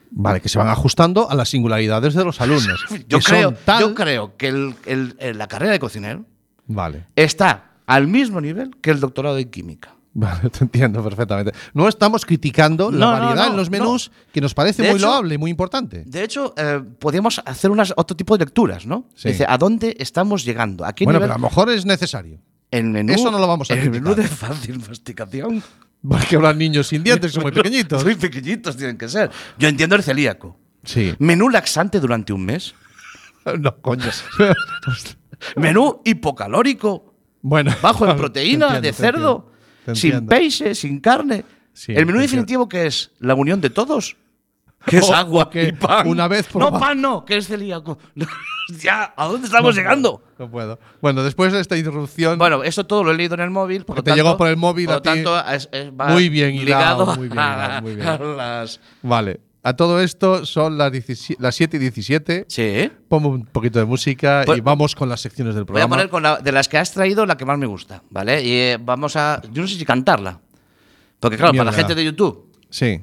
[SPEAKER 4] Vale, que se van ajustando a las singularidades de
[SPEAKER 5] (laughs)
[SPEAKER 4] los alumnos.
[SPEAKER 5] Yo,
[SPEAKER 4] que son
[SPEAKER 5] creo,
[SPEAKER 4] tal-
[SPEAKER 5] yo creo que el- el- el- la carrera de cocinero
[SPEAKER 4] Vale. (laughs)
[SPEAKER 5] está al mismo nivel que el doctorado en química.
[SPEAKER 4] Vale, te entiendo perfectamente. No estamos criticando la
[SPEAKER 5] No, no,
[SPEAKER 4] variedad
[SPEAKER 5] no,
[SPEAKER 4] en los
[SPEAKER 5] no.
[SPEAKER 4] menús, que nos parece
[SPEAKER 5] De
[SPEAKER 4] muy
[SPEAKER 5] hecho-
[SPEAKER 4] loable y muy importante.
[SPEAKER 5] De hecho, eh, podríamos hacer unas, otro tipo de lecturas, ¿no?
[SPEAKER 4] Sí.
[SPEAKER 5] Dice, ¿a dónde estamos llegando? ¿A qué
[SPEAKER 4] Bueno, pero
[SPEAKER 5] nivel?
[SPEAKER 4] a lo mejor es necesario. (laughs)
[SPEAKER 5] el menú,
[SPEAKER 4] eso no lo vamos a
[SPEAKER 5] El
[SPEAKER 4] criticar.
[SPEAKER 5] menú de fácil masticación.
[SPEAKER 4] Porque hablan niños sin dientes,
[SPEAKER 5] (laughs)
[SPEAKER 4] son muy pequeñitos.
[SPEAKER 5] Muy pequeñitos tienen que ser. Yo entiendo el celíaco. (laughs)
[SPEAKER 4] Sí.
[SPEAKER 5] Menú laxante durante un mes.
[SPEAKER 4] No, coño.
[SPEAKER 5] Menú hipocalórico.
[SPEAKER 4] (laughs) bueno.
[SPEAKER 5] Bajo
[SPEAKER 4] a
[SPEAKER 5] en
[SPEAKER 4] ver,
[SPEAKER 5] proteína,
[SPEAKER 4] (laughs) te
[SPEAKER 5] de
[SPEAKER 4] entiendo, te
[SPEAKER 5] cerdo.
[SPEAKER 4] entiendo, te
[SPEAKER 5] Sin
[SPEAKER 4] entiendo.
[SPEAKER 5] peixe, sin carne.
[SPEAKER 4] Sí,
[SPEAKER 5] el menú
[SPEAKER 4] te
[SPEAKER 5] definitivo que es la unión de todos. Que es
[SPEAKER 4] O-
[SPEAKER 5] agua
[SPEAKER 4] o que
[SPEAKER 5] y pan.
[SPEAKER 4] una vez
[SPEAKER 5] no,
[SPEAKER 4] probado.
[SPEAKER 5] pan no, que es celíaco. (laughs) ya, ¿a dónde estamos llegando?
[SPEAKER 4] No puedo. Bueno, después de esta interrupción.
[SPEAKER 5] Bueno, eso todo lo he leído en el móvil. Por
[SPEAKER 4] Porque
[SPEAKER 5] lo
[SPEAKER 4] te
[SPEAKER 5] tanto-
[SPEAKER 4] llegó por el móvil
[SPEAKER 5] por
[SPEAKER 4] a
[SPEAKER 5] lo
[SPEAKER 4] ti.
[SPEAKER 5] tanto, es- es- va
[SPEAKER 4] Muy bien hilado,
[SPEAKER 5] ligado
[SPEAKER 4] muy bien
[SPEAKER 5] a-
[SPEAKER 4] hilado, muy bien.
[SPEAKER 5] a (laughs) las-
[SPEAKER 4] Vale. A todo esto son las, 17 las 7 y 17.
[SPEAKER 5] Sí.
[SPEAKER 4] Pongo un poquito de música y
[SPEAKER 5] Pues-
[SPEAKER 4] vamos con las secciones del
[SPEAKER 5] Voy a
[SPEAKER 4] programa.
[SPEAKER 5] poner con la- de las que has traído la que más me gusta, ¿vale? Y eh, vamos a. Yo no sé si cantarla. Porque, claro, para la
[SPEAKER 4] Mierda.
[SPEAKER 5] gente de YouTube.
[SPEAKER 4] Sí.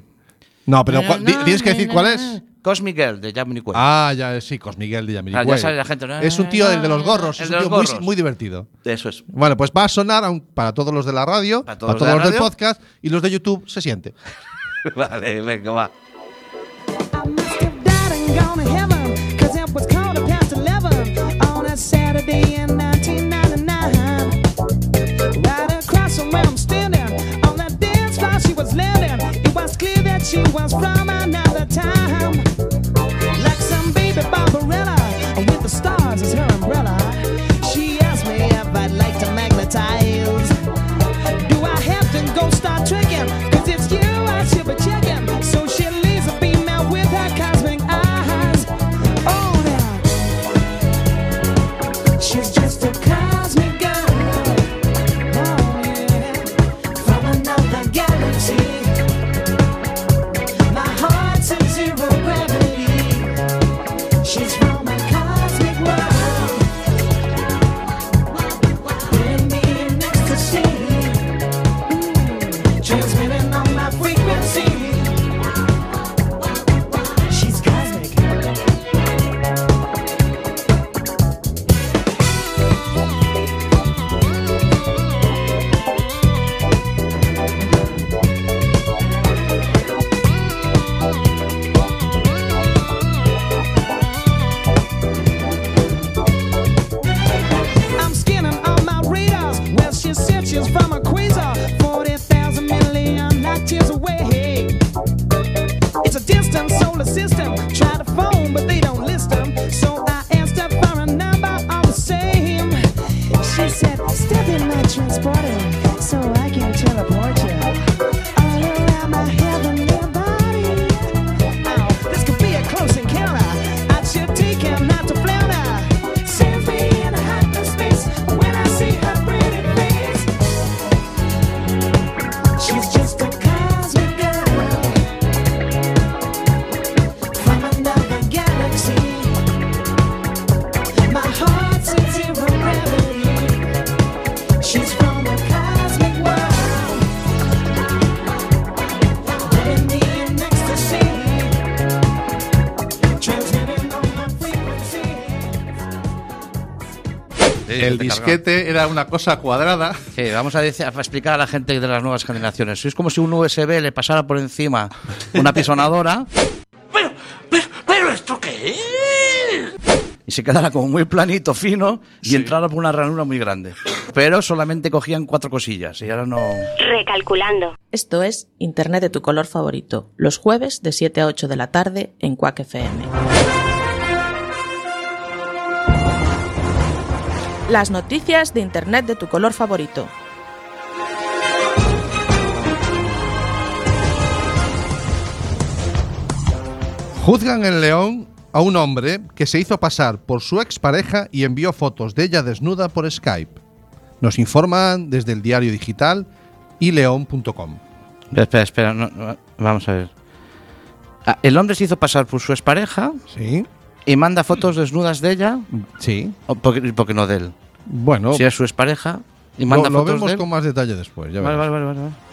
[SPEAKER 4] No, pero ¿cuál- di- tienes que decir cuál es.
[SPEAKER 5] Cosmic Girl de Jamie Cueva.
[SPEAKER 4] Ah, ya sí, Cosmiguel de Yamiri
[SPEAKER 5] Pues. Ah, ya
[SPEAKER 4] Cuey.
[SPEAKER 5] sale la gente, ¿no?
[SPEAKER 4] Es un tío, el de los gorros.
[SPEAKER 5] El
[SPEAKER 4] Es
[SPEAKER 5] de
[SPEAKER 4] un tío
[SPEAKER 5] los
[SPEAKER 4] muy,
[SPEAKER 5] gorros.
[SPEAKER 4] muy divertido.
[SPEAKER 5] Eso es. (laughs)
[SPEAKER 4] Vale, pues va a sonar aun- para todos los de la radio, para
[SPEAKER 5] Para
[SPEAKER 4] todos,
[SPEAKER 5] todos de la
[SPEAKER 4] los del
[SPEAKER 5] radio.
[SPEAKER 4] podcast y los de YouTube se siente.
[SPEAKER 5] vale, venga, va.
[SPEAKER 6] I must have died and gone to heaven, 'cause it was cold at past 11 on a Saturday in 1999. Right across from where I'm standing, on that dance floor she was landing. It was clear that she was from another time. Like some baby Barbarella, with the stars as her umbrella. She asked me if I'd like to magnetize. Do I have to go start tricking? 'Cause it's you I should be checking. So she Oh, Oh,
[SPEAKER 5] disquete. que
[SPEAKER 4] El
[SPEAKER 5] te
[SPEAKER 4] disquete era una cosa cuadrada.
[SPEAKER 5] cargaba. Sí, vamos a, decir- a explicar a la gente de las nuevas generaciones. Es como si un USB le pasara por encima una pisonadora
[SPEAKER 7] Pero, pero, pero ¿esto qué es?
[SPEAKER 5] y se quedara como muy planito, fino y entrara por una ranura muy grande. Pero solamente cogían cuatro cosillas y ahora no.
[SPEAKER 8] Recalculando.
[SPEAKER 3] Esto es Internet de tu color favorito, los jueves de 7 a 8 de la tarde en Quack FM. Las noticias de Internet de tu color favorito.
[SPEAKER 4] Juzgan en León a un hombre que se hizo pasar por su expareja y envió fotos de ella desnuda por Skype. Nos informan desde el diario digital y león.com.
[SPEAKER 5] Espera, espera, no- no, vamos a ver. Ah, El hombre se hizo pasar por su expareja
[SPEAKER 4] Sí,
[SPEAKER 5] y manda fotos desnudas de ella,
[SPEAKER 4] sí.
[SPEAKER 5] o porque, porque no de él.
[SPEAKER 4] Bueno,
[SPEAKER 5] Si es su expareja y
[SPEAKER 4] lo,
[SPEAKER 5] manda
[SPEAKER 4] lo
[SPEAKER 5] fotos de
[SPEAKER 4] vemos
[SPEAKER 5] él.
[SPEAKER 4] con más detalle después. ya
[SPEAKER 5] Vale,
[SPEAKER 4] verás.
[SPEAKER 5] vale, vale, vale, vale.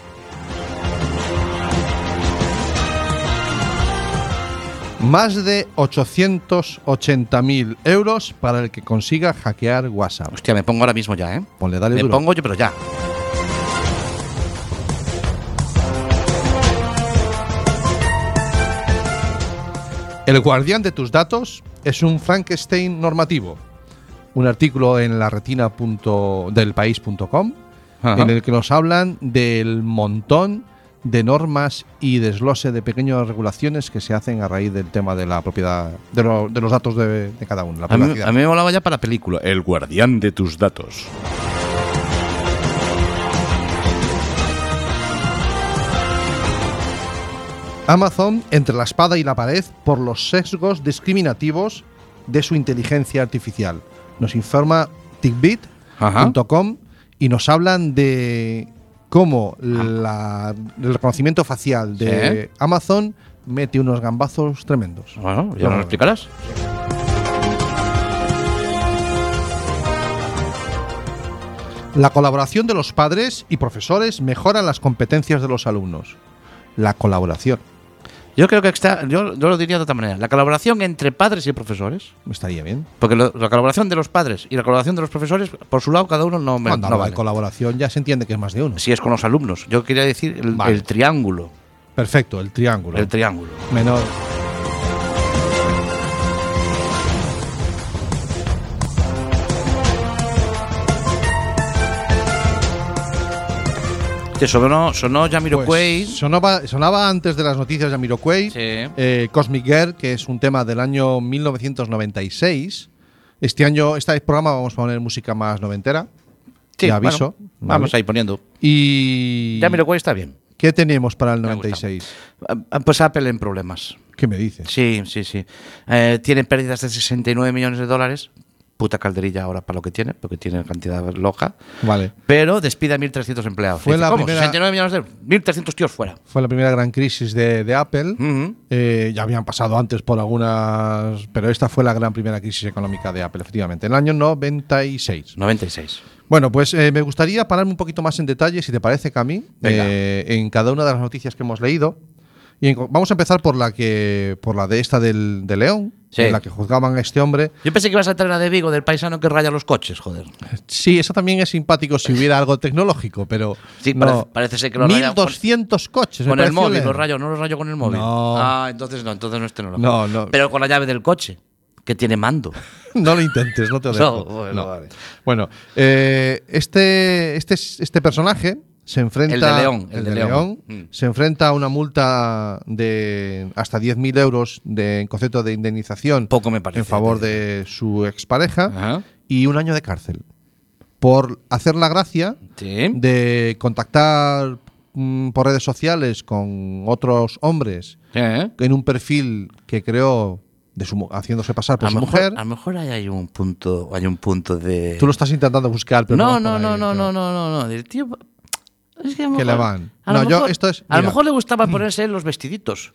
[SPEAKER 4] Más de 880.000 euros para el que consiga hackear WhatsApp.
[SPEAKER 5] Hostia, me pongo ahora mismo ya, ¿eh?
[SPEAKER 4] Ponle, dale
[SPEAKER 5] Me
[SPEAKER 4] duro.
[SPEAKER 5] pongo yo, pero ya.
[SPEAKER 4] El guardián de tus datos es un Frankenstein normativo. Un artículo en la retina punto- del país.com
[SPEAKER 5] Ajá.
[SPEAKER 4] en el que nos hablan del montón de normas y desglose de pequeñas regulaciones que se hacen a raíz del tema de la propiedad, de, lo- de los datos de, de cada uno. la
[SPEAKER 5] A mí,
[SPEAKER 4] privacidad.
[SPEAKER 5] a mí me volaba ya para la película. El guardián de tus datos.
[SPEAKER 4] Amazon entre la espada y la pared por los sesgos discriminativos de su inteligencia artificial. Nos informa tickbit.com y nos hablan de cómo
[SPEAKER 5] Ah.
[SPEAKER 4] la- el reconocimiento facial de Amazon mete unos gambazos tremendos.
[SPEAKER 5] Bueno, ya nos lo explicarás.
[SPEAKER 4] La colaboración de los padres y profesores mejora las competencias de los alumnos. La colaboración
[SPEAKER 5] Yo creo que está, yo, yo lo diría de otra manera. La colaboración entre padres y profesores.
[SPEAKER 4] estaría bien.
[SPEAKER 5] Porque lo- la colaboración de los padres y la colaboración de los profesores, por su lado, cada uno no, me,
[SPEAKER 4] Cuando
[SPEAKER 5] no
[SPEAKER 4] habla de
[SPEAKER 5] vale.
[SPEAKER 4] colaboración ya se entiende que es más de uno.
[SPEAKER 5] Si es con los alumnos. Yo quería decir el,
[SPEAKER 4] Vale.
[SPEAKER 5] el triángulo.
[SPEAKER 4] Perfecto, el triángulo.
[SPEAKER 5] El triángulo.
[SPEAKER 4] menor.
[SPEAKER 5] Que sonó, sonó Yamiro
[SPEAKER 4] Pues, sonaba, sonaba antes de las noticias de Amiroquai.
[SPEAKER 5] Sí.
[SPEAKER 4] eh, Cosmic Girl, que es un tema del año 1996. Este año, este programa vamos a poner música más noventera.
[SPEAKER 5] Sí,
[SPEAKER 4] ya aviso.
[SPEAKER 5] bueno,
[SPEAKER 4] ¿vale?
[SPEAKER 5] Vamos ahí poniendo.
[SPEAKER 4] Y
[SPEAKER 5] Yamiro está bien.
[SPEAKER 4] ¿qué tenemos para el
[SPEAKER 5] ha gustado.
[SPEAKER 4] 96?
[SPEAKER 5] Ah, ah, Pues Apple en problemas.
[SPEAKER 4] ¿Qué me dices?
[SPEAKER 5] Sí, sí, sí. Eh, tiene pérdidas de 69 millones de dólares. Puta calderilla ahora para lo que tiene, porque tiene cantidad loca.
[SPEAKER 4] Vale.
[SPEAKER 5] Pero despide a 1.300 empleados.
[SPEAKER 4] Fue
[SPEAKER 5] Dice,
[SPEAKER 4] la
[SPEAKER 5] ¿Cómo?
[SPEAKER 4] primera-
[SPEAKER 5] 69 millones de euros. 1.300 tíos fuera.
[SPEAKER 4] Fue la primera gran crisis de, de Apple.
[SPEAKER 5] Ujú.
[SPEAKER 4] Eh, ya habían pasado antes por algunas, pero esta fue la gran primera crisis económica de Apple, efectivamente, el año 96.
[SPEAKER 5] 96.
[SPEAKER 4] Bueno, pues eh, me gustaría pararme un poquito más en detalle, si te parece, Cami,
[SPEAKER 5] Venga.
[SPEAKER 4] eh, en cada una de las noticias que hemos leído. Y en- vamos a empezar por la que, por la de esta del, de León,
[SPEAKER 5] Sí.
[SPEAKER 4] en la que juzgaban a este hombre.
[SPEAKER 5] Yo pensé que ibas a entrar a de Vigo, del paisano que raya los coches, joder.
[SPEAKER 4] Sí, eso también es simpático si hubiera algo tecnológico, pero
[SPEAKER 5] Sí, parece- parece ser que lo rayan con-
[SPEAKER 4] 1200 coches. me
[SPEAKER 5] Con el
[SPEAKER 4] pareció
[SPEAKER 5] móvil,
[SPEAKER 4] leer.
[SPEAKER 5] los rayo, no los rayo con el móvil.
[SPEAKER 4] No.
[SPEAKER 5] Ah, entonces no, entonces no es tecnología.
[SPEAKER 4] No, no.
[SPEAKER 5] Pero con la llave del coche, que tiene mando.
[SPEAKER 4] (laughs) No lo intentes, no te
[SPEAKER 5] No,
[SPEAKER 4] dejo.
[SPEAKER 5] bueno, vale.
[SPEAKER 4] Bueno, eh, este, este, este personaje se enfrenta.
[SPEAKER 5] El de León, el
[SPEAKER 4] el
[SPEAKER 5] de
[SPEAKER 4] de
[SPEAKER 5] León.
[SPEAKER 4] León,
[SPEAKER 5] Mm.
[SPEAKER 4] se enfrenta a una multa de hasta 10.000 euros de, en concepto de indemnización.
[SPEAKER 5] Poco me parece,
[SPEAKER 4] En favor
[SPEAKER 5] te
[SPEAKER 4] de su expareja
[SPEAKER 5] Ajá.
[SPEAKER 4] y un año de cárcel. Por hacer la gracia
[SPEAKER 5] Sí.
[SPEAKER 4] de contactar mm, por redes sociales con otros hombres
[SPEAKER 5] ¿Eh?
[SPEAKER 4] en un perfil que creó de su mu- haciéndose pasar por
[SPEAKER 5] a,
[SPEAKER 4] su
[SPEAKER 5] lo
[SPEAKER 4] Pues mujer.
[SPEAKER 5] mejor, a lo mejor ahí hay un punto, hay un punto de.
[SPEAKER 4] Tú lo estás intentando buscar, pero
[SPEAKER 5] no,
[SPEAKER 4] no, vas
[SPEAKER 5] no,
[SPEAKER 4] por
[SPEAKER 5] no,
[SPEAKER 4] ahí,
[SPEAKER 5] no,
[SPEAKER 4] creo.
[SPEAKER 5] no, no, no, no, del tío. Es que a lo
[SPEAKER 4] Que le
[SPEAKER 5] mejor-
[SPEAKER 4] van.
[SPEAKER 5] a lo
[SPEAKER 4] No, yo-
[SPEAKER 5] mejor-
[SPEAKER 4] esto es-
[SPEAKER 5] A lo
[SPEAKER 4] mira.
[SPEAKER 5] mejor le
[SPEAKER 4] (clears throat)
[SPEAKER 5] gustaba ponerse los vestiditos.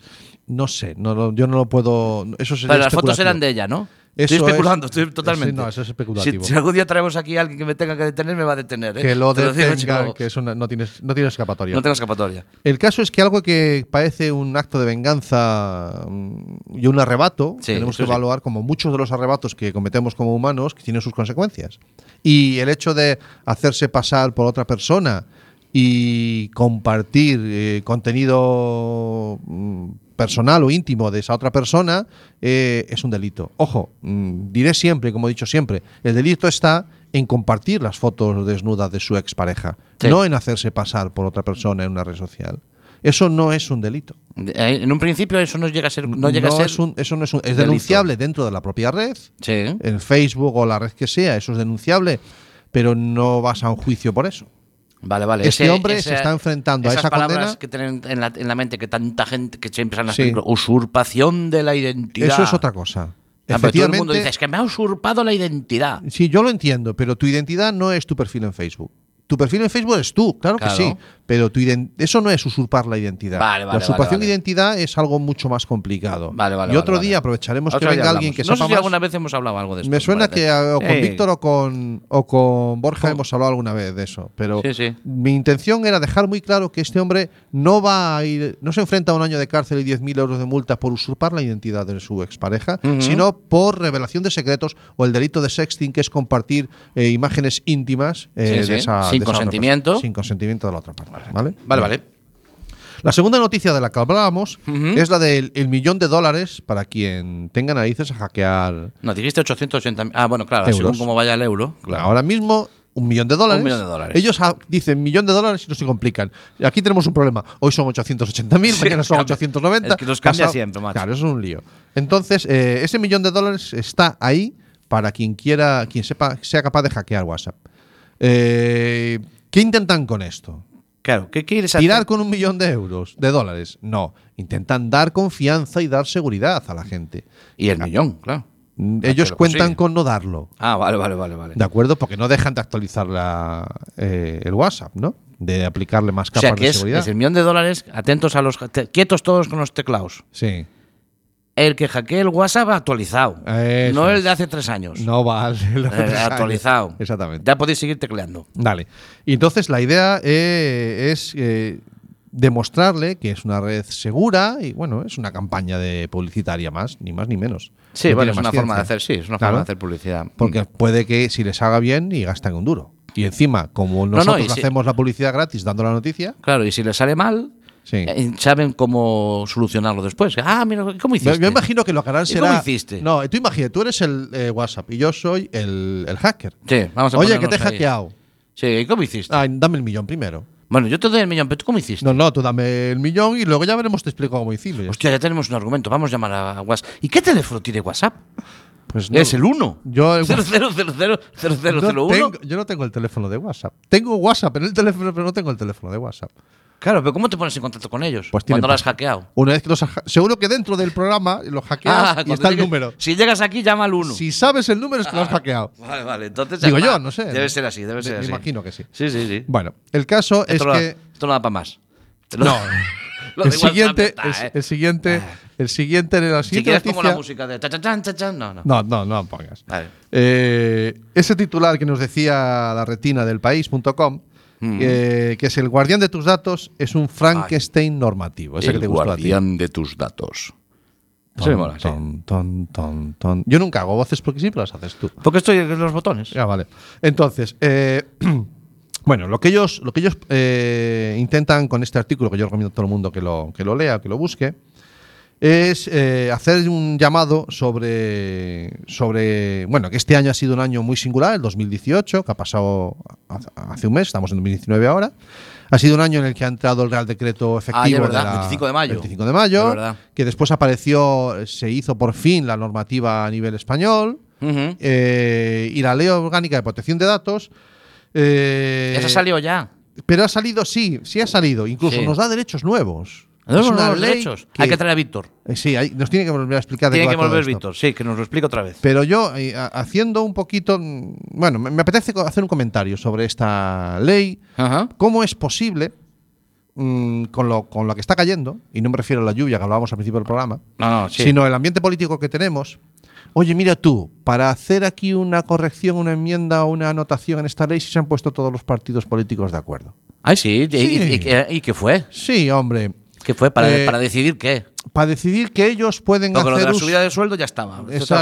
[SPEAKER 4] No sé, no, lo- yo no lo puedo. Eso sería
[SPEAKER 5] Pero las fotos
[SPEAKER 4] especulativo.
[SPEAKER 5] eran de ella, ¿no?
[SPEAKER 4] Eso
[SPEAKER 5] estoy
[SPEAKER 4] es-
[SPEAKER 5] especulando,
[SPEAKER 4] sí,
[SPEAKER 5] estoy totalmente.
[SPEAKER 4] no, eso es especulativo.
[SPEAKER 5] Si, si algún día traemos aquí a alguien que me tenga que detener, me va a detener. ¿eh?
[SPEAKER 4] Que lo
[SPEAKER 5] Te digo,
[SPEAKER 4] detengan,
[SPEAKER 5] chico,
[SPEAKER 4] que eso no, no tienes, no tienes escapatoria.
[SPEAKER 5] No tengo escapatoria.
[SPEAKER 4] El caso es que algo que parece un acto de venganza mm, y un arrebato,
[SPEAKER 5] Sí,
[SPEAKER 4] tenemos
[SPEAKER 5] eso
[SPEAKER 4] que
[SPEAKER 5] sí.
[SPEAKER 4] evaluar como muchos de los arrebatos que cometemos como humanos que tienen sus consecuencias. Y el hecho de hacerse pasar por otra persona y compartir eh, contenido mm, personal o íntimo de esa otra persona eh, es un delito. Ojo, mm, diré siempre, como he dicho siempre, el delito está en compartir las fotos desnudas de su expareja,
[SPEAKER 5] Sí.
[SPEAKER 4] no en hacerse pasar por otra persona en una red social. Eso no es un delito.
[SPEAKER 5] Eh, En un principio eso no llega a ser. No llega a ser
[SPEAKER 4] es un- eso no es un- es
[SPEAKER 5] delito.
[SPEAKER 4] denunciable dentro de la propia red,
[SPEAKER 5] Sí.
[SPEAKER 4] en Facebook o la red que sea, eso es denunciable, pero no vas a un juicio por eso.
[SPEAKER 5] Vale, vale.
[SPEAKER 4] Este hombre se está enfrentando a
[SPEAKER 5] esas
[SPEAKER 4] esa
[SPEAKER 5] palabras
[SPEAKER 4] condena.
[SPEAKER 5] que tienen en la, en la mente que tanta gente que siempre están las
[SPEAKER 4] Sí.
[SPEAKER 5] películas, usurpación de la identidad.
[SPEAKER 4] Eso es otra cosa.
[SPEAKER 5] Ah, pero todo el mundo dice,
[SPEAKER 4] Efectivamente,
[SPEAKER 5] es que me ha usurpado la identidad.
[SPEAKER 4] sí, yo lo entiendo, pero tu identidad no es tu perfil en Facebook. Tu perfil en Facebook es tú, claro,
[SPEAKER 5] Claro.
[SPEAKER 4] que sí, pero tu iden- eso no es usurpar la identidad.
[SPEAKER 5] Vale, vale,
[SPEAKER 4] la usurpación de
[SPEAKER 5] vale, vale.
[SPEAKER 4] identidad es algo mucho más complicado.
[SPEAKER 5] Vale, vale.
[SPEAKER 4] y otro
[SPEAKER 5] vale,
[SPEAKER 4] día
[SPEAKER 5] vale.
[SPEAKER 4] aprovecharemos
[SPEAKER 5] Otro
[SPEAKER 4] que
[SPEAKER 5] día
[SPEAKER 4] venga alguien
[SPEAKER 5] hablamos.
[SPEAKER 4] que
[SPEAKER 5] No sé
[SPEAKER 4] sepa
[SPEAKER 5] si
[SPEAKER 4] más.
[SPEAKER 5] alguna vez hemos hablado algo de esto.
[SPEAKER 4] Me suena
[SPEAKER 5] parece.
[SPEAKER 4] que ah, o con
[SPEAKER 5] Eh,
[SPEAKER 4] Víctor o con, o con Borja hemos hablado alguna vez de eso, pero
[SPEAKER 5] Sí, sí.
[SPEAKER 4] mi intención era dejar muy claro que este hombre no va a ir, no se enfrenta a un año de cárcel y 10.000 euros de multa por usurpar la identidad de su expareja, sino por revelación de secretos o el delito de sexting, que es compartir eh, imágenes íntimas eh,
[SPEAKER 5] Sí,
[SPEAKER 4] de
[SPEAKER 5] sí.
[SPEAKER 4] esa-
[SPEAKER 5] Sin
[SPEAKER 4] de esa otra
[SPEAKER 5] consentimiento.
[SPEAKER 4] persona. sin consentimiento de la otra persona, ¿vale?
[SPEAKER 5] Vale, vale.
[SPEAKER 4] La segunda noticia de la que hablábamos es la del el millón de dólares para quien tenga narices a hackear
[SPEAKER 5] No, dijiste 880. Ah, bueno, claro, según
[SPEAKER 4] Euros.
[SPEAKER 5] cómo vaya el euro.
[SPEAKER 4] Claro, Ahora mismo, un millón de dólares.
[SPEAKER 5] Un millón de dólares.
[SPEAKER 4] Ellos ah, dicen millón de dólares y no se complican. Aquí tenemos un problema. Hoy son 880.000, mañana son
[SPEAKER 5] cambia.
[SPEAKER 4] 890.
[SPEAKER 5] Es que los cambia
[SPEAKER 4] pasado-
[SPEAKER 5] siempre, macho.
[SPEAKER 4] Claro, eso es un lío. Entonces, eh, ese millón de dólares está ahí para quien quiera, quien sepa, sea capaz de hackear WhatsApp. Eh, ¿Qué intentan con esto?
[SPEAKER 5] Claro, ¿qué quieres hacer?
[SPEAKER 4] ¿Tirar con un millón de euros, de dólares? No. Intentan dar confianza y dar seguridad a la gente.
[SPEAKER 5] Y el millón, claro.
[SPEAKER 4] Mm,
[SPEAKER 5] Ah,
[SPEAKER 4] Ellos
[SPEAKER 5] pero
[SPEAKER 4] cuentan
[SPEAKER 5] sí.
[SPEAKER 4] con no darlo.
[SPEAKER 5] Ah, vale, vale, vale, vale.
[SPEAKER 4] De acuerdo, porque no dejan de actualizar la, eh, el WhatsApp, ¿no? De aplicarle más
[SPEAKER 5] o
[SPEAKER 4] capas
[SPEAKER 5] sea, que
[SPEAKER 4] de
[SPEAKER 5] es,
[SPEAKER 4] seguridad.
[SPEAKER 5] es el millón de dólares, atentos a los... te- quietos todos con los teclados.
[SPEAKER 4] Sí.
[SPEAKER 5] El que hackee el WhatsApp actualizado.
[SPEAKER 4] Eso
[SPEAKER 5] no el
[SPEAKER 4] es.
[SPEAKER 5] de hace tres años.
[SPEAKER 4] No vale. (laughs) lo
[SPEAKER 5] Eh,
[SPEAKER 4] que sale.
[SPEAKER 5] actualizado.
[SPEAKER 4] Exactamente.
[SPEAKER 5] Ya podéis seguir tecleando.
[SPEAKER 4] Dale. Y entonces la idea eh, es eh, demostrarle que es una red segura y bueno, es una campaña de publicitaria más, ni más ni menos.
[SPEAKER 5] Sí,
[SPEAKER 4] No tiene
[SPEAKER 5] bueno, es
[SPEAKER 4] más
[SPEAKER 5] una forma de
[SPEAKER 4] ciencia.
[SPEAKER 5] hacer, sí, es una
[SPEAKER 4] Claro.
[SPEAKER 5] forma de hacer publicidad.
[SPEAKER 4] Porque puede que si les haga bien y gastan un duro. Y encima, como
[SPEAKER 5] no,
[SPEAKER 4] nosotros
[SPEAKER 5] y si-
[SPEAKER 4] hacemos la publicidad gratis dando la noticia,
[SPEAKER 5] Claro, y si les sale mal,
[SPEAKER 4] Sí.
[SPEAKER 5] eh, saben cómo solucionarlo después. Ah, mira,
[SPEAKER 4] Yo,
[SPEAKER 5] ¿cómo hiciste?
[SPEAKER 4] yo imagino que lo que harán
[SPEAKER 5] ¿Y cómo
[SPEAKER 4] será.
[SPEAKER 5] hiciste?
[SPEAKER 4] No, tú imagina, tú eres el eh, WhatsApp y yo soy el, el hacker.
[SPEAKER 5] Sí, vamos a
[SPEAKER 4] Oye, que
[SPEAKER 5] ponernos
[SPEAKER 4] te he
[SPEAKER 5] ahí.
[SPEAKER 4] hackeado.
[SPEAKER 5] Sí, ¿y cómo hiciste?
[SPEAKER 4] Ay, dame el millón primero.
[SPEAKER 5] Bueno, yo te doy el millón, pero ¿tú cómo hiciste?
[SPEAKER 4] No, no, tú dame el millón y luego ya veremos, te explico cómo hicimos.
[SPEAKER 5] Hostia, ya tenemos un argumento, vamos a llamar a WhatsApp. ¿Y qué teléfono tiene WhatsApp?
[SPEAKER 4] Pues no.
[SPEAKER 5] Es el 1.
[SPEAKER 4] Yo el WhatsApp-
[SPEAKER 5] 00000001.
[SPEAKER 4] no tengo- yo no tengo el teléfono de WhatsApp. Tengo WhatsApp en el teléfono, pero no tengo el teléfono de WhatsApp.
[SPEAKER 5] Claro, pero ¿cómo te pones en contacto con ellos?
[SPEAKER 4] Pues tienen
[SPEAKER 5] cuando lo has
[SPEAKER 4] pa-
[SPEAKER 5] hackeado.
[SPEAKER 4] Una vez que los has ha- Seguro que dentro del programa los
[SPEAKER 5] Ah,
[SPEAKER 4] hackeas y
[SPEAKER 5] cuando
[SPEAKER 4] está el
[SPEAKER 5] llegues-
[SPEAKER 4] número.
[SPEAKER 5] Si llegas aquí, llama al 1.
[SPEAKER 4] Si sabes el número es que lo has
[SPEAKER 5] Ah.
[SPEAKER 4] hackeado.
[SPEAKER 5] Vale, vale, entonces.
[SPEAKER 4] Digo
[SPEAKER 5] ah,
[SPEAKER 4] yo, no sé.
[SPEAKER 5] Debe ser así, debe
[SPEAKER 4] Me-
[SPEAKER 5] ser
[SPEAKER 4] me
[SPEAKER 5] así.
[SPEAKER 4] imagino que sí.
[SPEAKER 5] Sí, sí, sí.
[SPEAKER 4] Bueno, el caso
[SPEAKER 5] esto,
[SPEAKER 4] es
[SPEAKER 5] no,
[SPEAKER 4] que.
[SPEAKER 5] da- esto no da para más.
[SPEAKER 4] No.
[SPEAKER 5] (laughs) Lo
[SPEAKER 4] el
[SPEAKER 5] de WhatsApp
[SPEAKER 4] siguiente,
[SPEAKER 5] está,
[SPEAKER 4] el,
[SPEAKER 5] ¿eh?
[SPEAKER 4] el siguiente, el siguiente, la
[SPEAKER 5] Si
[SPEAKER 4] siguiente
[SPEAKER 5] quieres pongo la
[SPEAKER 4] noticia-
[SPEAKER 5] música de cha, cha, chan, cha, chan, no, no.
[SPEAKER 4] No, no, no pongas.
[SPEAKER 5] Vale.
[SPEAKER 4] Eh, ese titular que nos decía la retina del país.com,
[SPEAKER 5] Mm.
[SPEAKER 4] eh, que es el guardián de tus datos, es el que te gustó a ti. es un Frankenstein normativo. Ese que te gustó a ti.
[SPEAKER 5] de tus datos. Eso me
[SPEAKER 4] Ton,
[SPEAKER 5] mola, sí.
[SPEAKER 4] ton, ton, ton, ton. Yo nunca hago voces porque siempre las haces tú.
[SPEAKER 5] Porque estoy en los botones.
[SPEAKER 4] Ah, vale. Entonces, eh, (clears throat) bueno, lo que ellos, lo que ellos eh, intentan con este artículo, que yo recomiendo a todo el mundo que lo, que lo lea, que lo busque, es eh, hacer un llamado sobre, sobre, bueno, que este año ha sido un año muy singular, el 2018, que ha pasado hace- hace un mes, estamos en 2019 ahora. Ha sido un año en el que ha entrado el Real Decreto efectivo
[SPEAKER 5] Ah, ya es verdad,
[SPEAKER 4] la-
[SPEAKER 5] 25 de mayo.
[SPEAKER 4] 25 de mayo,
[SPEAKER 5] Es verdad.
[SPEAKER 4] que después apareció, se hizo por fin la normativa a nivel español.
[SPEAKER 5] Ujú.
[SPEAKER 4] Eh, y la Ley Orgánica de Protección de Datos. eh,
[SPEAKER 5] Esa salió ya.
[SPEAKER 4] Pero ha salido, sí, sí ha salido. Incluso
[SPEAKER 5] Sí.
[SPEAKER 4] nos da derechos nuevos.
[SPEAKER 5] No,
[SPEAKER 4] Es
[SPEAKER 5] no,
[SPEAKER 4] una
[SPEAKER 5] no, los
[SPEAKER 4] ley
[SPEAKER 5] derechos. Hay que traer a Víctor.
[SPEAKER 4] Eh, Sí, ahí nos tiene que volver a explicar. de qué
[SPEAKER 5] Tiene
[SPEAKER 4] va
[SPEAKER 5] que
[SPEAKER 4] todo
[SPEAKER 5] volver
[SPEAKER 4] esto.
[SPEAKER 5] Víctor, sí, que nos lo explique otra vez.
[SPEAKER 4] Pero yo, eh, ha- haciendo un poquito. mm, Bueno, me me apetece co- hacer un comentario sobre esta ley.
[SPEAKER 5] Ajá.
[SPEAKER 4] ¿Cómo es posible, mm, con, lo, con lo que está cayendo, y no me refiero a la lluvia que hablábamos al principio del programa,
[SPEAKER 5] No, no, Ah, sí.
[SPEAKER 4] sino el ambiente político que tenemos, oye, mira tú, para hacer aquí una corrección, una enmienda o una anotación en esta ley, si se han puesto todos los partidos políticos de acuerdo.
[SPEAKER 5] Ay, sí.
[SPEAKER 4] Sí.
[SPEAKER 5] ¿Y, y- y qué- y qué fue?
[SPEAKER 4] Sí, hombre.
[SPEAKER 5] ¿Qué fue? ¿Para,
[SPEAKER 4] Eh,
[SPEAKER 5] para decidir qué?
[SPEAKER 4] Para decidir que ellos pueden
[SPEAKER 5] No, con lo de
[SPEAKER 4] hacer
[SPEAKER 5] la
[SPEAKER 4] uso-
[SPEAKER 5] subida de sueldo ya estaba. Esto
[SPEAKER 4] Esa
[SPEAKER 5] estaba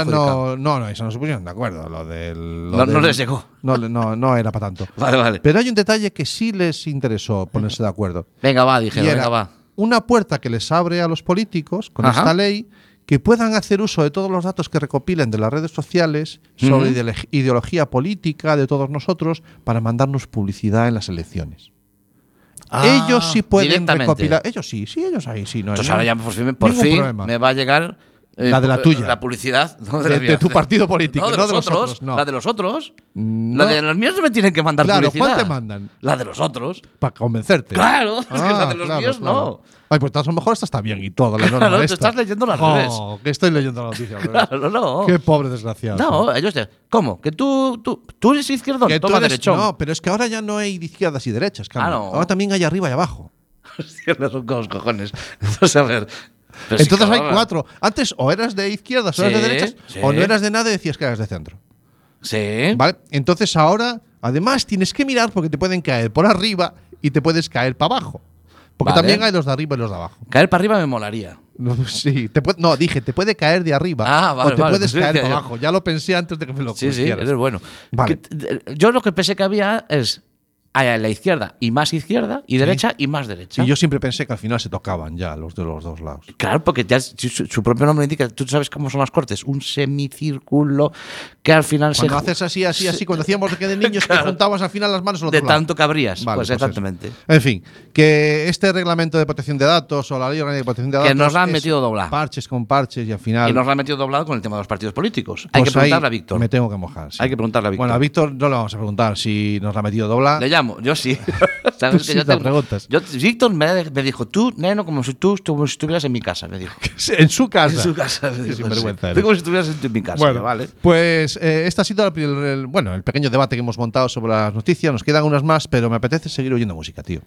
[SPEAKER 4] no,
[SPEAKER 5] adjudicado.
[SPEAKER 4] no, no, esa no se pusieron de acuerdo. Lo del, lo
[SPEAKER 5] No- no
[SPEAKER 4] del-
[SPEAKER 5] les llegó.
[SPEAKER 4] No, le- no, no era para tanto.
[SPEAKER 5] Vale, vale.
[SPEAKER 4] Pero hay un detalle que sí les interesó ponerse de acuerdo.
[SPEAKER 5] Venga, va,
[SPEAKER 4] Y
[SPEAKER 5] dijeron,
[SPEAKER 4] era
[SPEAKER 5] venga, va.
[SPEAKER 4] una puerta que les abre a los políticos con
[SPEAKER 5] Ajá.
[SPEAKER 4] esta ley que puedan hacer uso de todos los datos que recopilen de las redes sociales sobre ideolo- ideología política de todos nosotros para mandarnos publicidad en las elecciones.
[SPEAKER 5] Ah,
[SPEAKER 4] ellos sí pueden
[SPEAKER 5] directamente.
[SPEAKER 4] recopilar. Ellos sí, sí, ellos ahí sí. No, hay
[SPEAKER 5] Entonces Pues ahora ya
[SPEAKER 4] ningún-
[SPEAKER 5] por fin, por
[SPEAKER 4] ningún
[SPEAKER 5] fin
[SPEAKER 4] problema.
[SPEAKER 5] me va a llegar. eh,
[SPEAKER 4] La de la
[SPEAKER 5] pu-
[SPEAKER 4] tuya.
[SPEAKER 5] La publicidad. no
[SPEAKER 4] De-
[SPEAKER 5] la
[SPEAKER 4] de
[SPEAKER 5] mía.
[SPEAKER 4] tu partido político,
[SPEAKER 5] (laughs) No, de, los, otros.
[SPEAKER 4] no. Mm,
[SPEAKER 5] La de los otros.
[SPEAKER 4] No.
[SPEAKER 5] La de los míos no me tienen que mandar
[SPEAKER 4] Claro,
[SPEAKER 5] publicidad.
[SPEAKER 4] ¿cuál te mandan?
[SPEAKER 5] La de los otros.
[SPEAKER 4] Para convencerte. Ah,
[SPEAKER 5] Claro, (laughs) es que la de los míos no.
[SPEAKER 4] Ay, pues a lo mejor esta está bien y todo. La
[SPEAKER 5] Claro,
[SPEAKER 4] norma
[SPEAKER 5] te
[SPEAKER 4] esta.
[SPEAKER 5] estás leyendo las
[SPEAKER 4] Oh, que estoy leyendo la noticia. al revés.
[SPEAKER 5] (laughs) Claro, no.
[SPEAKER 4] Qué pobre desgraciado.
[SPEAKER 5] No, ellos te. ¿Cómo? Que tú, tú, tú eres izquierdo,
[SPEAKER 4] Que tú
[SPEAKER 5] toma
[SPEAKER 4] eres-
[SPEAKER 5] derechón. (laughs)
[SPEAKER 4] No, pero es que ahora ya no hay izquierdas y derechas, Carmen.
[SPEAKER 5] Ah, no.
[SPEAKER 4] Ahora también hay arriba y abajo.
[SPEAKER 5] Hostia, no son como los cojones. (laughs) Entonces, a ver. Pero sí,
[SPEAKER 4] Entonces hay
[SPEAKER 5] cabrón.
[SPEAKER 4] cuatro. Antes o eras de izquierdas o eras
[SPEAKER 5] Sí,
[SPEAKER 4] de derechas,
[SPEAKER 5] sí.
[SPEAKER 4] o no eras de nada y decías que eras de centro.
[SPEAKER 5] Sí.
[SPEAKER 4] ¿Vale? Entonces ahora, además, tienes que mirar porque te pueden caer por arriba y te puedes caer para abajo. Porque
[SPEAKER 5] Vale.
[SPEAKER 4] también hay los de arriba y los de abajo. (laughs)
[SPEAKER 5] Caer para arriba me molaría.
[SPEAKER 4] Sí, te puede- no, dije, te puede caer de arriba
[SPEAKER 5] Ah, vale,
[SPEAKER 4] o te
[SPEAKER 5] vale,
[SPEAKER 4] puedes
[SPEAKER 5] pues sí,
[SPEAKER 4] caer
[SPEAKER 5] que-
[SPEAKER 4] para abajo. Ya lo pensé antes de que me lo
[SPEAKER 5] Sí, sí,
[SPEAKER 4] pusieras.
[SPEAKER 5] eres bueno.
[SPEAKER 4] Vale.
[SPEAKER 5] Que- de- yo lo que pensé que había es a la izquierda y más izquierda y derecha y más derecha.
[SPEAKER 4] Y yo siempre pensé que al final se tocaban ya los de los dos lados.
[SPEAKER 5] Claro, porque ya su, su- su propio nombre indica, tú sabes cómo son las cortes, un semicírculo que al final se
[SPEAKER 4] Cuando
[SPEAKER 5] ju-
[SPEAKER 4] haces así, así, así, cuando hacíamos que de
[SPEAKER 5] (laughs)
[SPEAKER 4] niños
[SPEAKER 5] Claro.
[SPEAKER 4] que juntabas al final las manos al
[SPEAKER 5] de
[SPEAKER 4] otro lado.
[SPEAKER 5] tanto que habrías.
[SPEAKER 4] Vale,
[SPEAKER 5] pues
[SPEAKER 4] pues eso.
[SPEAKER 5] exactamente.
[SPEAKER 4] En fin, que este reglamento de protección de datos o la ley orgánica de protección de
[SPEAKER 5] Que
[SPEAKER 4] datos.
[SPEAKER 5] nos la han
[SPEAKER 4] es
[SPEAKER 5] metido doblada.
[SPEAKER 4] Parches con parches y al final.
[SPEAKER 5] Y nos la ha metido doblado con el tema de los partidos políticos. Hay
[SPEAKER 4] pues
[SPEAKER 5] que preguntarle
[SPEAKER 4] ahí
[SPEAKER 5] a Víctor.
[SPEAKER 4] Me tengo que mojar. sí.
[SPEAKER 5] Hay que preguntarle a Víctor.
[SPEAKER 4] Bueno, a Víctor no le vamos a preguntar si nos la ha metido dobla.
[SPEAKER 5] Le llamo, yo sí. Sabes
[SPEAKER 4] Tú sí te preguntas.
[SPEAKER 5] yo- Víctor me, me dijo, tú, neno, como si tú estu- estuvieras en mi casa, me dijo.
[SPEAKER 4] (laughs) En su casa.
[SPEAKER 5] En su casa, me
[SPEAKER 4] Qué
[SPEAKER 5] dijo, sí.
[SPEAKER 4] sinvergüenza
[SPEAKER 5] Tú
[SPEAKER 4] eres.
[SPEAKER 5] como si estuvieras en, tu- en mi casa,
[SPEAKER 4] Bueno,
[SPEAKER 5] ¿vale?
[SPEAKER 4] Pues eh, este ha sido el, el- el- bueno, el pequeño debate que hemos montado sobre las noticias. Nos quedan unas más, pero me apetece seguir oyendo música, tío.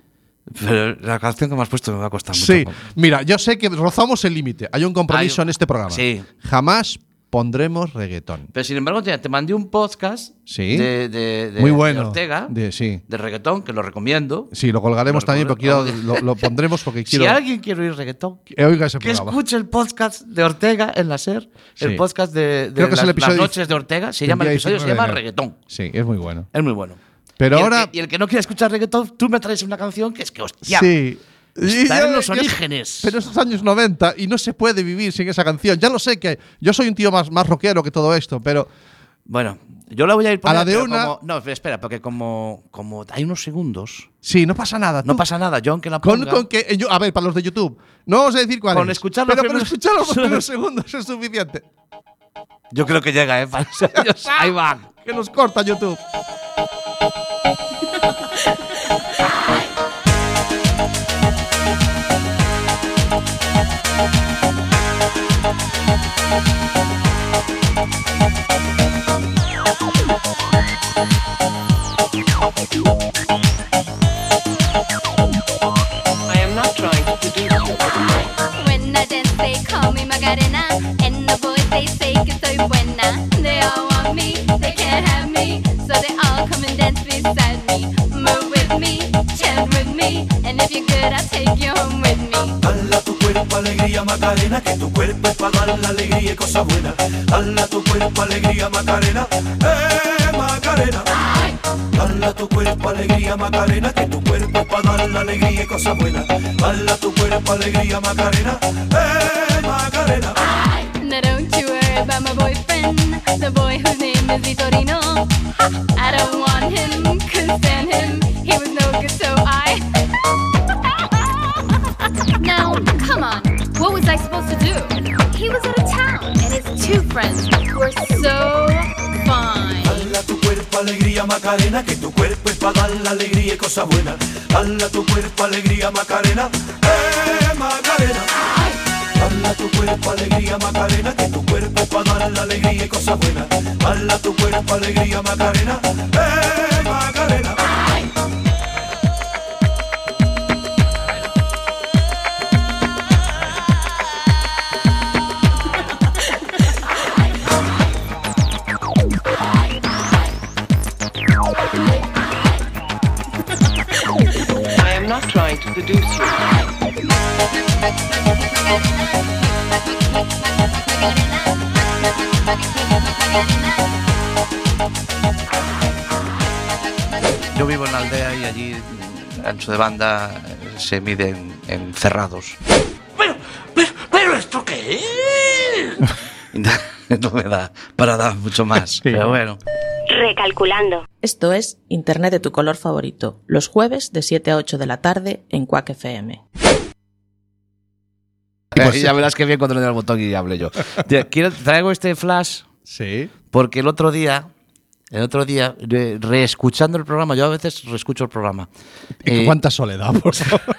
[SPEAKER 5] Pero la canción que me has puesto me va a costar mucho.
[SPEAKER 4] Sí, mira, yo sé que rozamos el límite. Hay un compromiso
[SPEAKER 5] Hay-
[SPEAKER 4] en este programa.
[SPEAKER 5] Sí.
[SPEAKER 4] Jamás pondremos reggaetón.
[SPEAKER 5] Pero sin embargo, te, te mandé un podcast
[SPEAKER 4] Sí.
[SPEAKER 5] de, de- de-
[SPEAKER 4] Muy
[SPEAKER 5] de
[SPEAKER 4] bueno.
[SPEAKER 5] Ortega,
[SPEAKER 4] De- sí.
[SPEAKER 5] de reggaetón, que lo recomiendo.
[SPEAKER 4] Sí, lo colgaremos
[SPEAKER 5] Lo
[SPEAKER 4] también porque quiero-
[SPEAKER 5] colgaremos.
[SPEAKER 4] lo, lo pondremos porque quiero
[SPEAKER 5] (laughs) Si alguien quiere oír reggaetón,
[SPEAKER 4] que oiga ese
[SPEAKER 5] que
[SPEAKER 4] programa.
[SPEAKER 5] escuche el podcast de Ortega en la SER,
[SPEAKER 4] Sí.
[SPEAKER 5] el podcast de, de
[SPEAKER 4] Creo que es
[SPEAKER 5] las,
[SPEAKER 4] el
[SPEAKER 5] las
[SPEAKER 4] episodio
[SPEAKER 5] noches de Ortega, se
[SPEAKER 4] del
[SPEAKER 5] llama el
[SPEAKER 4] día
[SPEAKER 5] episodio, se
[SPEAKER 4] 19 de
[SPEAKER 5] llama
[SPEAKER 4] enero.
[SPEAKER 5] reggaetón.
[SPEAKER 4] Sí, es muy bueno.
[SPEAKER 5] Es muy bueno.
[SPEAKER 4] Pero
[SPEAKER 5] Y el
[SPEAKER 4] ahora-
[SPEAKER 5] que- y el que no quiere escuchar reggaetón, tú me traes una canción que es que, hostia.
[SPEAKER 4] Sí.
[SPEAKER 5] Está
[SPEAKER 4] Y
[SPEAKER 5] en los
[SPEAKER 4] yo- yo-
[SPEAKER 5] orígenes.
[SPEAKER 4] Pero estos años 90 y no se puede vivir sin esa canción. Ya lo sé que yo soy un tío más, más rockero que todo esto, pero
[SPEAKER 5] Bueno, yo la voy a ir
[SPEAKER 4] A la de
[SPEAKER 5] pero
[SPEAKER 4] una-
[SPEAKER 5] como- no, espera, espera, porque como, como hay unos segundos,
[SPEAKER 4] sí, no pasa nada.
[SPEAKER 5] no
[SPEAKER 4] Ah, tú.
[SPEAKER 5] pasa nada. Yo aunque la
[SPEAKER 4] Con,
[SPEAKER 5] ponga,
[SPEAKER 4] con que, eh, yo- a ver, para los de YouTube, no vamos a decir cuál
[SPEAKER 5] Con
[SPEAKER 4] es,
[SPEAKER 5] escuchar los
[SPEAKER 4] pero con
[SPEAKER 5] primeros-
[SPEAKER 4] escuchar
[SPEAKER 5] (laughs)
[SPEAKER 4] los primeros segundos es suficiente.
[SPEAKER 5] yo creo que llega, ¿eh? (laughs) Para ellos. Ahí va.
[SPEAKER 4] Que nos corta YouTube.
[SPEAKER 9] When I dance, they call me Macarena, and the boys they say que soy buena. They all want me, they can't have me, so they all come and dance beside me. Move with me, chant with me, and if you're good, I'll take you home with me.
[SPEAKER 10] Dala tu cuerpo alegría Macarena, que tu cuerpo es para dar la alegría y cosa buena. Dala tu cuerpo alegría Macarena, eh Macarena. Dala tu cuerpo alegría Macarena, que tu cuerpo es para dar la alegría y cosa buena. Dala tu cuerpo alegría Macarena, eh Macarena.
[SPEAKER 9] Now don't you worry about my boyfriend, the boy whose name is Vitorino. I don't want him, couldn't stand him, he was no good, so I. (laughs) Now, come on. What was I supposed to do? He was out of town, and his two friends were so fine.
[SPEAKER 10] Dala tu cuerpo alegría Macarena, que tu cuerpo es para dar la alegría y cosa buena. Dala tu cuerpo alegría Macarena, eh Macarena. Dala tu cuerpo alegría Macarena, que tu cuerpo es para dar la alegría y cosa buena. Dala tu cuerpo alegría Macarena, eh Macarena.
[SPEAKER 1] seducers.
[SPEAKER 5] Yo vivo en la aldea y allí mm, ancho de banda eh, se miden en cerrados. (laughs)
[SPEAKER 1] Pero, pero, pero esto qué es?
[SPEAKER 5] no me da para dar mucho más. Pero bueno.
[SPEAKER 9] Recalculando.
[SPEAKER 3] Esto es Internet de tu color favorito, los jueves de 7 a 8 de la tarde en Quack FM.
[SPEAKER 4] Y por
[SPEAKER 5] Eh, ya verás que bien cuando le dé al botón y hable
[SPEAKER 4] (laughs)
[SPEAKER 5] yo. Tía, quiero- traigo este flash
[SPEAKER 4] Sí.
[SPEAKER 5] porque el otro día, el otro día, re- reescuchando el programa, yo a veces reescucho el programa.
[SPEAKER 4] ¿Y
[SPEAKER 5] Eh,
[SPEAKER 4] cuánta soledad, por favor?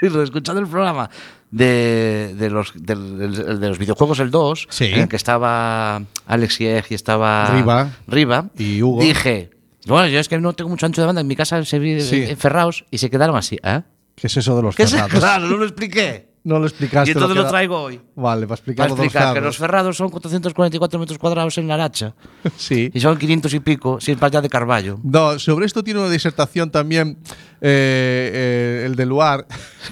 [SPEAKER 5] y reescuchando el programa de, de los, del- del- el de los videojuegos, el 2,
[SPEAKER 4] Sí.
[SPEAKER 5] en el que estaba Alex Yeg y estaba
[SPEAKER 4] Riva.
[SPEAKER 5] Riva,
[SPEAKER 4] Y Hugo.
[SPEAKER 5] dije, bueno, yo es que no tengo mucho ancho de banda, en mi casa se vive
[SPEAKER 4] Sí.
[SPEAKER 5] en Ferraos y se quedaron así. ¿eh?
[SPEAKER 4] (laughs) ¿Qué es eso de los
[SPEAKER 5] ¿Qué es
[SPEAKER 4] cerrados?
[SPEAKER 5] Claro, no lo expliqué.
[SPEAKER 4] (laughs) No lo explicaste.
[SPEAKER 5] Y entonces
[SPEAKER 4] que
[SPEAKER 5] lo
[SPEAKER 4] era-
[SPEAKER 5] traigo hoy.
[SPEAKER 4] Vale, para
[SPEAKER 5] Para
[SPEAKER 4] explicar,
[SPEAKER 5] explicar que los
[SPEAKER 4] cerrados.
[SPEAKER 5] ferrados son 444 metros cuadrados en la racha
[SPEAKER 4] (laughs) Sí.
[SPEAKER 5] y son 500 y pico si es para allá de Carballo.
[SPEAKER 4] No, sobre esto tiene una disertación también eh, eh, el de Luar,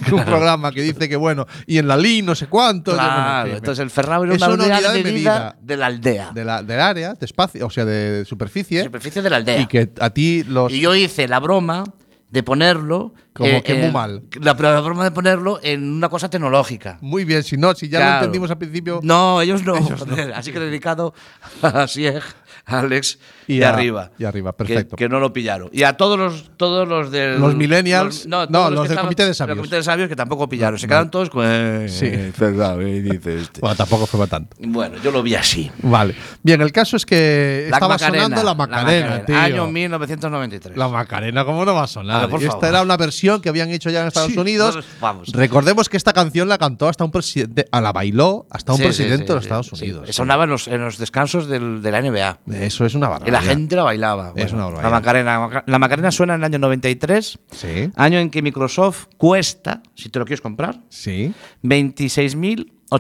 [SPEAKER 4] (laughs) un programa que dice que bueno, y en la LI no sé cuánto. yo, bueno, en
[SPEAKER 5] Claro,
[SPEAKER 4] fin,
[SPEAKER 5] entonces el ferrado era
[SPEAKER 4] Es
[SPEAKER 5] una,
[SPEAKER 4] una
[SPEAKER 5] unidad,
[SPEAKER 4] unidad
[SPEAKER 5] de
[SPEAKER 4] de
[SPEAKER 5] medida
[SPEAKER 4] medida.
[SPEAKER 5] de la aldea.
[SPEAKER 4] de la, del área, de espacio, o sea, de superficie.
[SPEAKER 5] Superficie de la aldea.
[SPEAKER 4] Y que a ti los.
[SPEAKER 5] Y yo hice la broma de ponerlo.
[SPEAKER 4] Como que muy
[SPEAKER 5] en-
[SPEAKER 4] mal.
[SPEAKER 5] La, la broma de ponerlo en una cosa tecnológica.
[SPEAKER 4] Muy bien, si no, si ya lo
[SPEAKER 5] Claro.
[SPEAKER 4] entendimos al principio.
[SPEAKER 5] No,
[SPEAKER 4] (laughs)
[SPEAKER 5] ellos no. joder. Así que dedicado a Sieg, a Alex y,
[SPEAKER 4] Y a-
[SPEAKER 5] arriba.
[SPEAKER 4] y arriba,
[SPEAKER 5] Que-
[SPEAKER 4] perfecto.
[SPEAKER 5] Que, no lo pillaron. Y a todos los, todos los del.
[SPEAKER 4] Los millennials.
[SPEAKER 5] no, todos
[SPEAKER 4] No, los
[SPEAKER 5] que
[SPEAKER 4] del comité de sabios.
[SPEAKER 5] El comité de sabios que tampoco pillaron. Se quedaron todos con. eh,
[SPEAKER 4] Sí.
[SPEAKER 5] cerrado, eh, dice este.
[SPEAKER 4] Bueno, tampoco fue para tanto.
[SPEAKER 5] Bueno, yo lo vi así.
[SPEAKER 4] Vale. Bien, el caso es que
[SPEAKER 5] La Ah,
[SPEAKER 4] estaba
[SPEAKER 5] Macarena,
[SPEAKER 4] sonando la Macarena, tío.
[SPEAKER 5] Año 1993.
[SPEAKER 4] La Macarena, ¿cómo no va a sonar?
[SPEAKER 5] Pero, por
[SPEAKER 4] Y esta
[SPEAKER 5] favor.
[SPEAKER 4] era una versión que habían hecho ya en Estados
[SPEAKER 5] Sí,
[SPEAKER 4] Unidos.
[SPEAKER 5] vamos.
[SPEAKER 4] Recordemos que esta canción la cantó hasta un presidente, a la bailó hasta un
[SPEAKER 5] Sí, sí,
[SPEAKER 4] presidente
[SPEAKER 5] sí,
[SPEAKER 4] de los
[SPEAKER 5] sí,
[SPEAKER 4] Estados
[SPEAKER 5] sí.
[SPEAKER 4] Unidos.
[SPEAKER 5] Sonaba en los, en los descansos del- de la NBA.
[SPEAKER 4] Eso es una
[SPEAKER 5] Y
[SPEAKER 4] barbaridad.
[SPEAKER 5] la gente la bailaba. Bueno,
[SPEAKER 4] Ah, una
[SPEAKER 5] la
[SPEAKER 4] barbaridad.
[SPEAKER 5] Macarena. La Macarena suena en el año 93,
[SPEAKER 4] Sí,
[SPEAKER 5] año en que Microsoft cuesta, si te lo quieres comprar,
[SPEAKER 4] sí.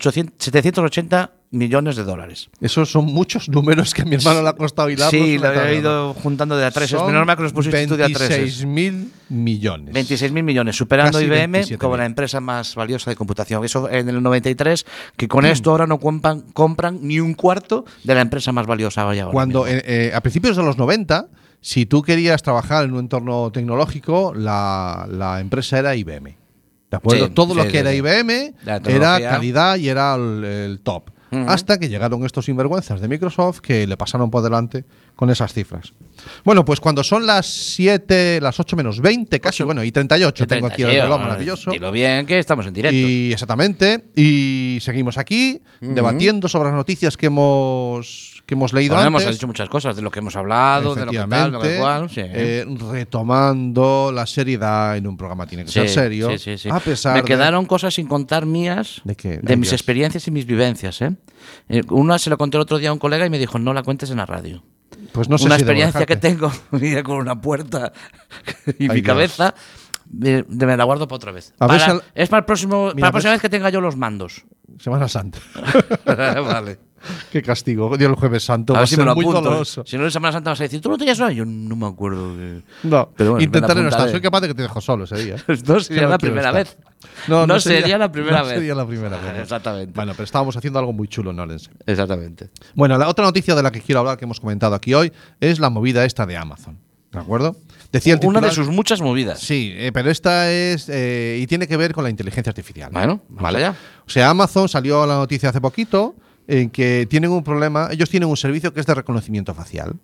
[SPEAKER 5] 26.780 millones de dólares.
[SPEAKER 4] Esos son muchos números que a mi hermano le ha costado hilar.
[SPEAKER 5] sí, lo he ido juntando de a tres. Es
[SPEAKER 4] Son
[SPEAKER 5] normal que los pusiste tú de a tres.
[SPEAKER 4] 26.000 millones.
[SPEAKER 5] 26.000 millones, superando
[SPEAKER 4] Casi
[SPEAKER 5] IBM
[SPEAKER 4] 27.000.
[SPEAKER 5] como la empresa más valiosa de computación. Eso en el 93, que
[SPEAKER 4] Mm.
[SPEAKER 5] con esto ahora no compran, compran ni un cuarto de la empresa más valiosa. Vaya ahora
[SPEAKER 4] Cuando
[SPEAKER 5] mismo.
[SPEAKER 4] eh, eh, a principios de los 90, si tú querías trabajar en un entorno tecnológico, la, la empresa era IBM. ¿De acuerdo?
[SPEAKER 5] Sí,
[SPEAKER 4] Todo lo
[SPEAKER 5] sí,
[SPEAKER 4] que
[SPEAKER 5] sí,
[SPEAKER 4] era
[SPEAKER 5] sí.
[SPEAKER 4] IBM
[SPEAKER 5] La tecnología.
[SPEAKER 4] era calidad y era el, el top.
[SPEAKER 5] Ujú.
[SPEAKER 4] Hasta que llegaron estos sinvergüenzas de Microsoft que le pasaron por delante con esas cifras. Bueno, pues cuando son las 7, las 8 menos 20 casi, bueno, y 38, tengo aquí el
[SPEAKER 5] Sí,
[SPEAKER 4] reloj
[SPEAKER 5] bueno,
[SPEAKER 4] maravilloso.
[SPEAKER 5] ah, Dilo bien, que estamos en directo.
[SPEAKER 4] Y exactamente. Y seguimos aquí debatiendo sobre las noticias que hemos que hemos leído
[SPEAKER 5] Bueno, hemos
[SPEAKER 4] antes.
[SPEAKER 5] dicho muchas cosas de lo que hemos hablado, de lo que tal, de lo que
[SPEAKER 4] Efectivamente,
[SPEAKER 5] cual. sí.
[SPEAKER 4] eh, retomando la seriedad en un programa tiene que
[SPEAKER 5] Sí,
[SPEAKER 4] ser serio.
[SPEAKER 5] sí, sí, sí.
[SPEAKER 4] A pesar
[SPEAKER 5] Me
[SPEAKER 4] de-
[SPEAKER 5] quedaron cosas sin contar mías
[SPEAKER 4] ¿De qué? Ay,
[SPEAKER 5] mis
[SPEAKER 4] Dios.
[SPEAKER 5] experiencias y mis vivencias. ¿eh? Eh, Una se la conté el otro día a un colega y me dijo, no la cuentes en la radio.
[SPEAKER 4] pues no sé
[SPEAKER 5] una
[SPEAKER 4] si debo
[SPEAKER 5] experiencia que
[SPEAKER 4] dejarte.
[SPEAKER 5] tengo (laughs) mira, con una puerta (laughs) y
[SPEAKER 4] Ay,
[SPEAKER 5] mi
[SPEAKER 4] Dios.
[SPEAKER 5] cabeza me, me la guardo para otra vez.
[SPEAKER 4] A ver
[SPEAKER 5] Para-
[SPEAKER 4] si al-
[SPEAKER 5] Es para el próximo,
[SPEAKER 4] Mira,
[SPEAKER 5] para
[SPEAKER 4] pues-
[SPEAKER 5] la próxima
[SPEAKER 4] ves-
[SPEAKER 5] vez que tenga yo
[SPEAKER 4] (laughs)
[SPEAKER 5] los mandos. (laughs)
[SPEAKER 4] Semana Santa.
[SPEAKER 5] vale.
[SPEAKER 4] Qué castigo. Dios, el jueves santo
[SPEAKER 5] A
[SPEAKER 4] va a
[SPEAKER 5] ver si
[SPEAKER 4] ser
[SPEAKER 5] me lo
[SPEAKER 4] muy
[SPEAKER 5] apunto. ¿eh?
[SPEAKER 4] doloroso.
[SPEAKER 5] Si no, en Semana Santa vas a decir, ¿tú no tenías una? Yo no me acuerdo. que-
[SPEAKER 4] No,
[SPEAKER 5] Pero bueno,
[SPEAKER 4] intentaré
[SPEAKER 5] me la
[SPEAKER 4] no estar.
[SPEAKER 5] apuntaré. Pues
[SPEAKER 4] Soy capaz de que te dejo solo ese
[SPEAKER 5] (laughs)
[SPEAKER 4] día.
[SPEAKER 5] No sería
[SPEAKER 4] Pero
[SPEAKER 5] la
[SPEAKER 4] quiero
[SPEAKER 5] primera
[SPEAKER 4] estar.
[SPEAKER 5] vez. No sería la
[SPEAKER 4] (laughs)
[SPEAKER 5] primera
[SPEAKER 4] no
[SPEAKER 5] vez.
[SPEAKER 4] sería la primera vez.
[SPEAKER 5] Exactamente.
[SPEAKER 4] Bueno, pero estábamos haciendo algo muy chulo en Orense.
[SPEAKER 5] Exactamente.
[SPEAKER 4] Bueno, la otra noticia de la que quiero hablar que hemos comentado aquí hoy es la movida esta de Amazon. ¿De acuerdo? Decía el
[SPEAKER 5] Una
[SPEAKER 4] titular-
[SPEAKER 5] de sus muchas movidas.
[SPEAKER 4] Sí, eh, pero esta es. eh, y tiene que ver con la inteligencia artificial.
[SPEAKER 5] Bueno, vamos allá.
[SPEAKER 4] O sea, Amazon salió a la noticia hace poquito en que tienen un problema. Ellos tienen un servicio que es de reconocimiento facial.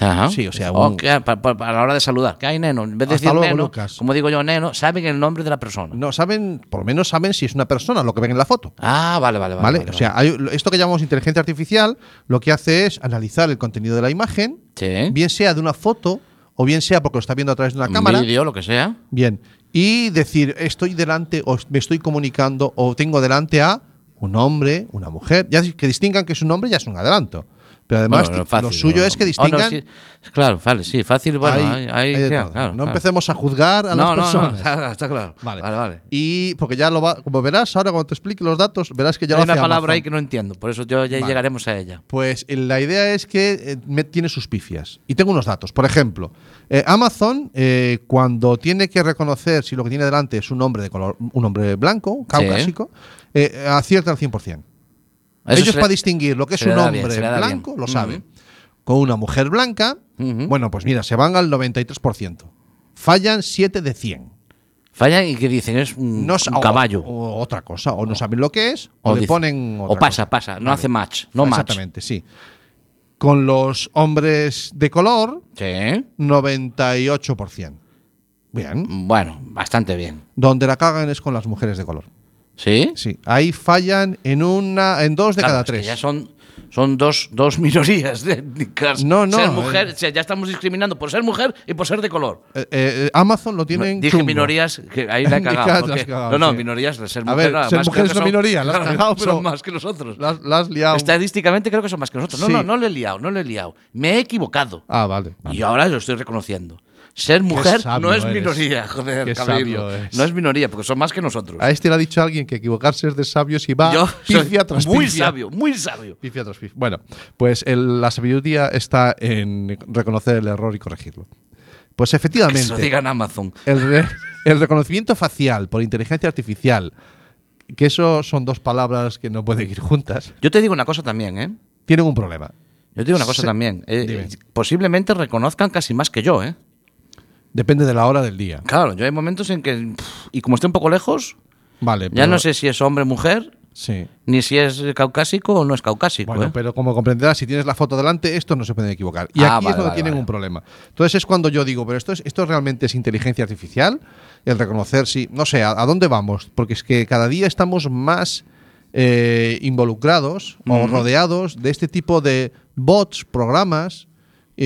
[SPEAKER 5] Ajá.
[SPEAKER 4] Sí, o sea, un-
[SPEAKER 5] que a- pa- pa- a la hora de saludar. ¿Qué hay, neno? En vez de
[SPEAKER 4] Hasta
[SPEAKER 5] decir
[SPEAKER 4] luego,
[SPEAKER 5] neno,
[SPEAKER 4] Lucas.
[SPEAKER 5] como digo yo, neno, saben el nombre de la persona.
[SPEAKER 4] No saben, por lo menos saben si es una persona lo que ven en la foto.
[SPEAKER 5] Ah, vale, vale, vale.
[SPEAKER 4] ¿Vale?
[SPEAKER 5] vale,
[SPEAKER 4] o sea, hay- esto que llamamos inteligencia artificial lo que hace es analizar el contenido de la imagen,
[SPEAKER 5] Sí.
[SPEAKER 4] bien sea de una foto o bien sea porque lo está viendo a través de una
[SPEAKER 5] Un
[SPEAKER 4] cámara.
[SPEAKER 5] vídeo, lo que sea.
[SPEAKER 4] Bien. Y decir, estoy delante o me estoy comunicando o tengo delante a un hombre, una mujer. Ya que distingan que es un hombre ya es un adelanto. Pero además,
[SPEAKER 5] Bueno, no, fácil,
[SPEAKER 4] lo suyo
[SPEAKER 5] no.
[SPEAKER 4] es que
[SPEAKER 5] Oh, no,
[SPEAKER 4] distingan.
[SPEAKER 5] sí. Claro, vale, sí, fácil, bueno,
[SPEAKER 4] Hay-
[SPEAKER 5] ahí, ahí,
[SPEAKER 4] hay de
[SPEAKER 5] claro,
[SPEAKER 4] todo.
[SPEAKER 5] claro,
[SPEAKER 4] no
[SPEAKER 5] claro.
[SPEAKER 4] empecemos a juzgar a
[SPEAKER 5] No,
[SPEAKER 4] las
[SPEAKER 5] no, no,
[SPEAKER 4] personas.
[SPEAKER 5] (laughs) está, está claro. Vale, vale.
[SPEAKER 4] Y porque ya lo va, como verás, ahora cuando te explique los datos, verás que ya
[SPEAKER 5] Hay
[SPEAKER 4] lo hace
[SPEAKER 5] una palabra
[SPEAKER 4] Amazon.
[SPEAKER 5] ahí que no entiendo, por eso yo ya
[SPEAKER 4] Vale.
[SPEAKER 5] llegaremos a ella.
[SPEAKER 4] Pues eh, la idea es que eh, me- tiene sus pifias. Y tengo unos datos. Por ejemplo, eh, Amazon, eh, cuando tiene que reconocer si lo que tiene delante es un hombre de color, un hombre blanco, caucásico, eh, acierta al 100%.
[SPEAKER 5] Eso
[SPEAKER 4] Ellos
[SPEAKER 5] se le-
[SPEAKER 4] para distinguir lo que es
[SPEAKER 5] se le
[SPEAKER 4] un
[SPEAKER 5] da
[SPEAKER 4] hombre
[SPEAKER 5] bien, se le da bien.
[SPEAKER 4] blanco lo saben. Con una mujer blanca, bueno, pues mira, se van al 93%. Fallan 7 de 100.
[SPEAKER 5] Fallan y que dicen es un,
[SPEAKER 4] No sa-
[SPEAKER 5] un
[SPEAKER 4] o-
[SPEAKER 5] caballo.
[SPEAKER 4] O, otra cosa, o no saben lo que es, o,
[SPEAKER 5] O
[SPEAKER 4] le
[SPEAKER 5] dice-
[SPEAKER 4] ponen.
[SPEAKER 5] o
[SPEAKER 4] otra
[SPEAKER 5] pasa,
[SPEAKER 4] cosa.
[SPEAKER 5] pasa, no hace match, no match.
[SPEAKER 4] Exactamente, sí. Con los hombres de color,
[SPEAKER 5] Sí.
[SPEAKER 4] 98%. Bien.
[SPEAKER 5] Bueno, bastante bien.
[SPEAKER 4] Donde la cagan es con las mujeres de color.
[SPEAKER 5] ¿Sí?
[SPEAKER 4] Sí, ahí fallan en una en dos de
[SPEAKER 5] Claro,
[SPEAKER 4] cada
[SPEAKER 5] es que
[SPEAKER 4] tres.
[SPEAKER 5] ya son, son dos, dos minorías étnicas.
[SPEAKER 4] No, no,
[SPEAKER 5] Ser
[SPEAKER 4] eh.
[SPEAKER 5] mujer, o sea, ya estamos discriminando por ser mujer y por ser de color.
[SPEAKER 4] Eh, eh, Amazon lo tienen
[SPEAKER 5] Dije
[SPEAKER 4] chungo.
[SPEAKER 5] minorías, que ahí
[SPEAKER 4] (laughs)
[SPEAKER 5] la he
[SPEAKER 4] Dije,
[SPEAKER 5] cagado.
[SPEAKER 4] has-
[SPEAKER 5] porque-
[SPEAKER 4] has cagado,
[SPEAKER 5] no, no,
[SPEAKER 4] sí.
[SPEAKER 5] minorías, el ser
[SPEAKER 4] A
[SPEAKER 5] mujer.
[SPEAKER 4] ver,
[SPEAKER 5] además,
[SPEAKER 4] ser
[SPEAKER 5] creo
[SPEAKER 4] mujer
[SPEAKER 5] que
[SPEAKER 4] es una
[SPEAKER 5] son-
[SPEAKER 4] minoría, la has
[SPEAKER 5] claro,
[SPEAKER 4] cagado, pero-
[SPEAKER 5] Son más que nosotros.
[SPEAKER 4] Las, las liado.
[SPEAKER 5] Estadísticamente creo que son más que nosotros. No,
[SPEAKER 4] Sí.
[SPEAKER 5] no, no le he liado, no le he liado. Me he equivocado.
[SPEAKER 4] Ah, vale. vale.
[SPEAKER 5] Y ahora lo estoy reconociendo. Ser mujer
[SPEAKER 4] sabio
[SPEAKER 5] no es
[SPEAKER 4] eres.
[SPEAKER 5] minoría, joder,
[SPEAKER 4] Qué
[SPEAKER 5] Cabrillo.
[SPEAKER 4] sabio eres.
[SPEAKER 5] No es minoría, porque son más que nosotros.
[SPEAKER 4] A este le ha dicho alguien que equivocarse es de sabios y va
[SPEAKER 5] Yo soy
[SPEAKER 4] pifia tras
[SPEAKER 5] muy
[SPEAKER 4] pifia.
[SPEAKER 5] sabio, muy sabio.
[SPEAKER 4] Pifia tras pifia. Bueno, pues el- la sabiduría está en reconocer el error y corregirlo. Pues
[SPEAKER 5] Que se lo
[SPEAKER 4] efectivamente,
[SPEAKER 5] digan a Amazon.
[SPEAKER 4] el, re- el reconocimiento facial por inteligencia artificial, que eso son dos palabras que no pueden ir juntas,
[SPEAKER 5] Yo te digo una cosa también, ¿eh?
[SPEAKER 4] tienen un problema.
[SPEAKER 5] Yo te digo una cosa
[SPEAKER 4] Se-
[SPEAKER 5] también. Eh,
[SPEAKER 4] Dime.
[SPEAKER 5] eh, posiblemente reconozcan casi más que yo, ¿eh?
[SPEAKER 4] Depende de la hora del día.
[SPEAKER 5] Claro, yo hay momentos en que. pff, y como estoy un poco lejos,
[SPEAKER 4] Vale,
[SPEAKER 5] ya
[SPEAKER 4] pero-
[SPEAKER 5] no sé si es hombre o mujer,
[SPEAKER 4] Sí.
[SPEAKER 5] ni si es caucásico o no es caucásico.
[SPEAKER 4] Bueno,
[SPEAKER 5] ¿eh?
[SPEAKER 4] pero como comprenderás, si tienes la foto delante, estos no se pueden equivocar. Y
[SPEAKER 5] Ah,
[SPEAKER 4] aquí
[SPEAKER 5] vale,
[SPEAKER 4] es donde
[SPEAKER 5] vale,
[SPEAKER 4] tienen
[SPEAKER 5] vale.
[SPEAKER 4] un problema. Entonces es cuando yo digo, pero esto, es, esto realmente es inteligencia artificial, el reconocer si, no sé, ¿a, a dónde vamos? Porque es que cada día estamos más eh, involucrados o rodeados de este tipo de bots, programas.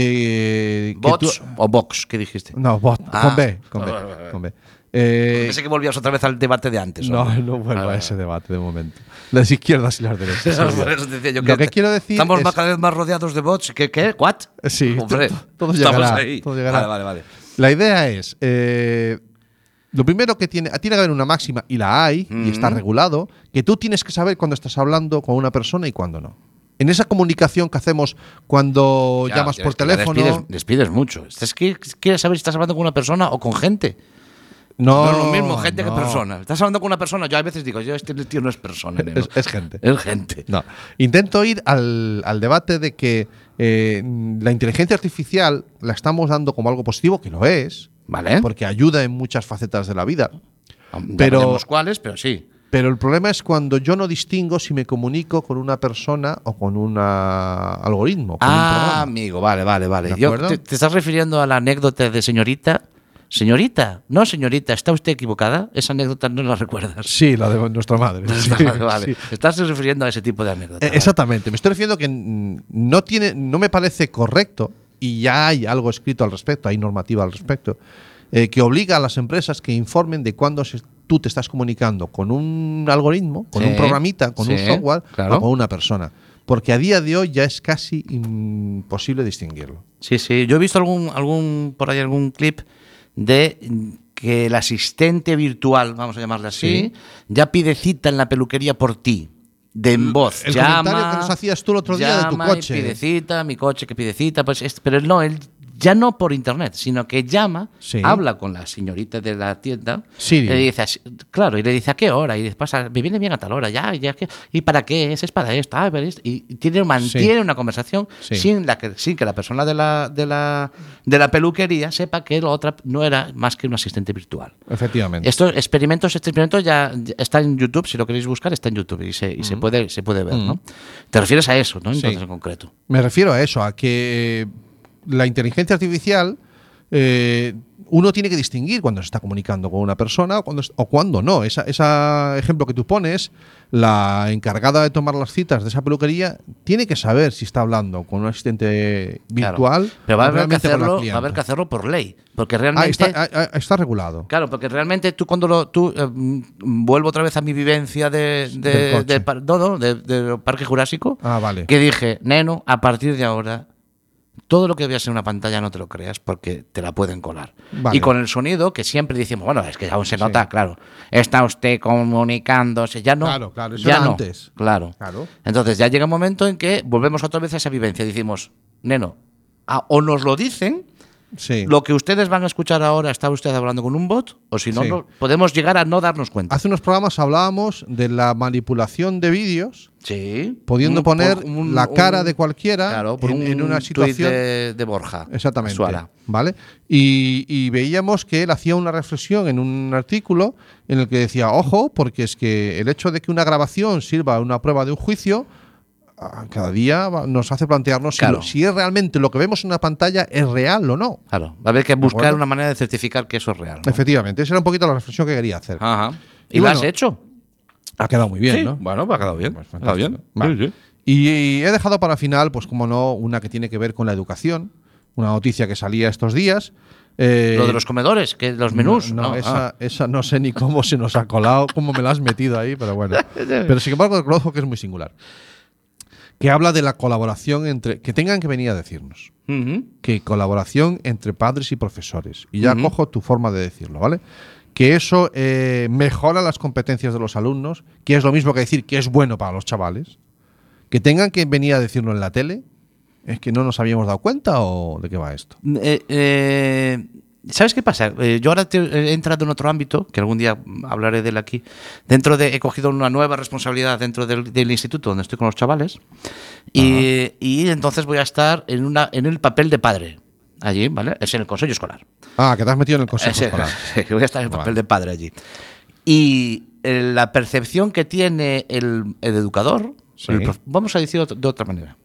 [SPEAKER 4] eh, que
[SPEAKER 5] ¿Bots
[SPEAKER 4] tú-
[SPEAKER 5] o box? ¿Qué dijiste?
[SPEAKER 4] no, bot,
[SPEAKER 5] Ah.
[SPEAKER 4] con B, con B,
[SPEAKER 5] Vale, vale, vale.
[SPEAKER 4] con B. Eh,
[SPEAKER 5] Pensé que volvías otra vez al debate de antes.
[SPEAKER 4] no,
[SPEAKER 5] hombre.
[SPEAKER 4] no
[SPEAKER 5] Vale,
[SPEAKER 4] vuelvo a
[SPEAKER 5] Ah, vale.
[SPEAKER 4] ese debate de momento. Las izquierdas y las derechas.
[SPEAKER 5] Por (laughs) eso decía yo
[SPEAKER 4] Lo que quiero decir
[SPEAKER 5] Estamos
[SPEAKER 4] es-
[SPEAKER 5] más- cada vez más rodeados de bots. ¿Qué? qué? ¿What?
[SPEAKER 4] Sí, (laughs)
[SPEAKER 5] Hombre,
[SPEAKER 4] to- todo
[SPEAKER 5] estamos
[SPEAKER 4] llegará,
[SPEAKER 5] ahí.
[SPEAKER 4] todo llegará.
[SPEAKER 5] Vale, vale, vale.
[SPEAKER 4] La idea es, eh, lo primero que tiene, tiene que haber una máxima, y la hay,
[SPEAKER 5] Mm.
[SPEAKER 4] y está regulado, que tú tienes que saber cuando estás hablando con una persona y cuando no. En esa comunicación que hacemos cuando
[SPEAKER 5] Ya,
[SPEAKER 4] llamas
[SPEAKER 5] ya
[SPEAKER 4] por
[SPEAKER 5] ves que ya
[SPEAKER 4] teléfono,
[SPEAKER 5] Despides, despides mucho. Es que quieres saber si estás hablando con una persona o con gente.
[SPEAKER 4] no,
[SPEAKER 5] No es lo mismo gente
[SPEAKER 4] no.
[SPEAKER 5] que
[SPEAKER 4] (laughs)
[SPEAKER 5] persona. Estás hablando con una persona. Yo a veces digo, yo este tío no es persona. neno.
[SPEAKER 4] Es- es gente.
[SPEAKER 5] Es gente.
[SPEAKER 4] No. Intento ir al, al debate de que eh, la inteligencia artificial la estamos dando como algo positivo, que lo es,
[SPEAKER 5] Vale.
[SPEAKER 4] porque ayuda en muchas facetas de la vida. pero-
[SPEAKER 5] pero cuáles, pero sí.
[SPEAKER 4] Pero el problema es cuando yo no distingo si me comunico con una persona o con un algoritmo. con un
[SPEAKER 5] Ah,
[SPEAKER 4] programa.
[SPEAKER 5] amigo, vale, vale, vale.
[SPEAKER 4] ¿De
[SPEAKER 5] Yo-
[SPEAKER 4] acuerdo?
[SPEAKER 5] te, te estás refiriendo a la anécdota de señorita? Señorita, no señorita, está usted equivocada. Esa anécdota no la recuerdas.
[SPEAKER 4] Sí, la de nuestra
[SPEAKER 5] (laughs)
[SPEAKER 4] madre. Sí,
[SPEAKER 5] vale, vale.
[SPEAKER 4] sí.
[SPEAKER 5] Estás refiriendo a ese tipo de anécdota.
[SPEAKER 4] Eh,
[SPEAKER 5] vale.
[SPEAKER 4] Exactamente. Me estoy refiriendo que mm, no tiene, no me parece correcto y ya hay algo escrito al respecto, hay normativa al respecto eh, que obliga a las empresas que informen de cuándo se- tú te estás comunicando con un algoritmo, con
[SPEAKER 5] Sí,
[SPEAKER 4] un programita, con un
[SPEAKER 5] sí,
[SPEAKER 4] software
[SPEAKER 5] claro.
[SPEAKER 4] o con una persona, porque a día de hoy ya es casi imposible distinguirlo.
[SPEAKER 5] Sí, sí. Yo he visto algún, algún por ahí algún clip de que el asistente virtual, vamos a llamarle así, ya pide cita en la peluquería por ti. De en voz.
[SPEAKER 4] el
[SPEAKER 5] Llama,
[SPEAKER 4] comentario que nos hacías tú el otro día de tu
[SPEAKER 5] llama y
[SPEAKER 4] coche.
[SPEAKER 5] pide cita, mi coche que pide cita. Pues, es- pero no, él ya no por internet, sino que llama,
[SPEAKER 4] Sí.
[SPEAKER 5] habla con la señorita de la tienda.
[SPEAKER 4] Sí.
[SPEAKER 5] Le dice, así- claro, y le dice a qué hora. Y le pasa, me viene bien a tal hora, ya, ya, que- ¿y para qué? Es, es para esto, ah, pero esto. Y tiene, mantiene una conversación
[SPEAKER 4] Sí.
[SPEAKER 5] sin sin, la que, sin que la persona de la, de la, de la peluquería sepa que la otra no era más que un asistente virtual.
[SPEAKER 4] Efectivamente.
[SPEAKER 5] Estos experimentos, este experimento ya ya está en YouTube, si lo queréis buscar, está en YouTube y se, y se puede, se puede ver, ¿no? Te refieres a eso, ¿no?
[SPEAKER 4] Sí.
[SPEAKER 5] Entonces, en concreto.
[SPEAKER 4] Me refiero a eso, a que eh, la inteligencia artificial eh, uno tiene que distinguir cuando se está comunicando con una persona o cuando, es- o cuando no. Ese esa ejemplo que tú pones, la encargada de tomar las citas de esa peluquería tiene que saber si está hablando con un asistente
[SPEAKER 5] Claro.
[SPEAKER 4] virtual
[SPEAKER 5] Pero va a,
[SPEAKER 4] o
[SPEAKER 5] haber que
[SPEAKER 4] realmente con la
[SPEAKER 5] hacerlo, va a
[SPEAKER 4] clienta.
[SPEAKER 5] haber que hacerlo por ley. Porque
[SPEAKER 4] Ah,
[SPEAKER 5] realmente.
[SPEAKER 4] está, ah, ah, está regulado.
[SPEAKER 5] Claro, porque realmente tú cuando lo, tú eh, mm, vuelvo otra vez a mi vivencia de, de-
[SPEAKER 4] Del coche.
[SPEAKER 5] del par- no, no, de- del Parque Jurásico,
[SPEAKER 4] Ah, vale.
[SPEAKER 5] que dije, neno, a partir de ahora todo lo que veas en una pantalla no te lo creas porque te la pueden colar.
[SPEAKER 4] Vale.
[SPEAKER 5] Y con el sonido que siempre decimos, bueno, es que aún se nota, claro, está usted comunicándose, ya no.
[SPEAKER 4] Claro, claro, eso
[SPEAKER 5] ya
[SPEAKER 4] era
[SPEAKER 5] no,
[SPEAKER 4] antes.
[SPEAKER 5] Claro.
[SPEAKER 4] Claro.
[SPEAKER 5] Entonces ya llega un momento en que volvemos otra vez a esa vivencia y decimos, neno, a- o nos lo dicen
[SPEAKER 4] Sí.
[SPEAKER 5] lo que ustedes van a escuchar ahora, ¿está usted hablando con un bot? O si no,
[SPEAKER 4] Sí. Ah,
[SPEAKER 5] no- podemos llegar a no darnos cuenta.
[SPEAKER 4] Hace unos programas hablábamos de la manipulación de vídeos,
[SPEAKER 5] Sí.
[SPEAKER 4] pudiendo
[SPEAKER 5] Un-
[SPEAKER 4] poner
[SPEAKER 5] Mm, por un-
[SPEAKER 4] la
[SPEAKER 5] un-
[SPEAKER 4] cara de cualquiera
[SPEAKER 5] Claro, por
[SPEAKER 4] en,
[SPEAKER 5] un
[SPEAKER 4] en una
[SPEAKER 5] tuit
[SPEAKER 4] situación.
[SPEAKER 5] de, de Borja.
[SPEAKER 4] Exactamente.
[SPEAKER 5] Suara.
[SPEAKER 4] ¿Vale? Y, y veíamos que él hacía una reflexión en un artículo en el que decía, ojo, porque es que el hecho de que una grabación sirva a una prueba de un juicio, ah, cada día va- nos hace plantearnos si
[SPEAKER 5] Claro.
[SPEAKER 4] lo- si, es realmente lo que vemos en una pantalla es real o no.
[SPEAKER 5] Claro. Va a haber que buscar
[SPEAKER 4] acuerdo.
[SPEAKER 5] una manera de certificar que eso es real. ¿no?
[SPEAKER 4] Efectivamente, esa era un poquito la reflexión que quería hacer.
[SPEAKER 5] Ajá. ¿Y,
[SPEAKER 4] Y
[SPEAKER 5] lo
[SPEAKER 4] bueno,
[SPEAKER 5] has hecho?
[SPEAKER 4] Ha quedado muy bien,
[SPEAKER 5] Ah. Sí.
[SPEAKER 4] ¿no?
[SPEAKER 5] Bueno, pues ha quedado bien.
[SPEAKER 4] Pues
[SPEAKER 5] ha quedado bien.
[SPEAKER 4] fantástico. Vale. Y, y he dejado para final, pues como no, una que tiene que ver con la educación, una noticia que salía estos días. eh,
[SPEAKER 5] Lo de los comedores, que los menús.
[SPEAKER 4] No, no,
[SPEAKER 5] Ah,
[SPEAKER 4] esa, esa no sé ni cómo se nos ha colado, cómo me la has metido ahí, pero
[SPEAKER 5] (laughs)
[SPEAKER 4] bueno. Pero sin embargo, reconozco que es muy singular. Que habla de la colaboración entre. que tengan que venir a decirnos.
[SPEAKER 5] Ujú.
[SPEAKER 4] Que colaboración entre padres y profesores. Y ya
[SPEAKER 5] Ujú.
[SPEAKER 4] cojo tu forma de decirlo, ¿vale? Que eso eh, mejora las competencias de los alumnos, que es lo mismo que decir que es bueno para los chavales. Que tengan que venir a decirlo en la tele. ¿Es que no nos habíamos dado cuenta o de qué va esto?
[SPEAKER 5] Eh, eh, ¿Sabes qué pasa? Eh, yo ahora te- he entrado en otro ámbito, que algún día hablaré de él aquí. Dentro de, he cogido una nueva responsabilidad dentro del, del instituto donde estoy con los chavales. Y, y entonces voy a estar en, una, en el papel de padre. Allí, ¿vale? Es en el consejo escolar.
[SPEAKER 4] Ah, que te has metido en el consejo
[SPEAKER 5] Ese- (laughs)
[SPEAKER 4] escolar.
[SPEAKER 5] que voy a estar en el papel
[SPEAKER 4] Vale.
[SPEAKER 5] de padre allí. Y eh, la percepción que tiene el, el educador,
[SPEAKER 4] Sí.
[SPEAKER 5] el prof- vamos a decirlo de otra manera,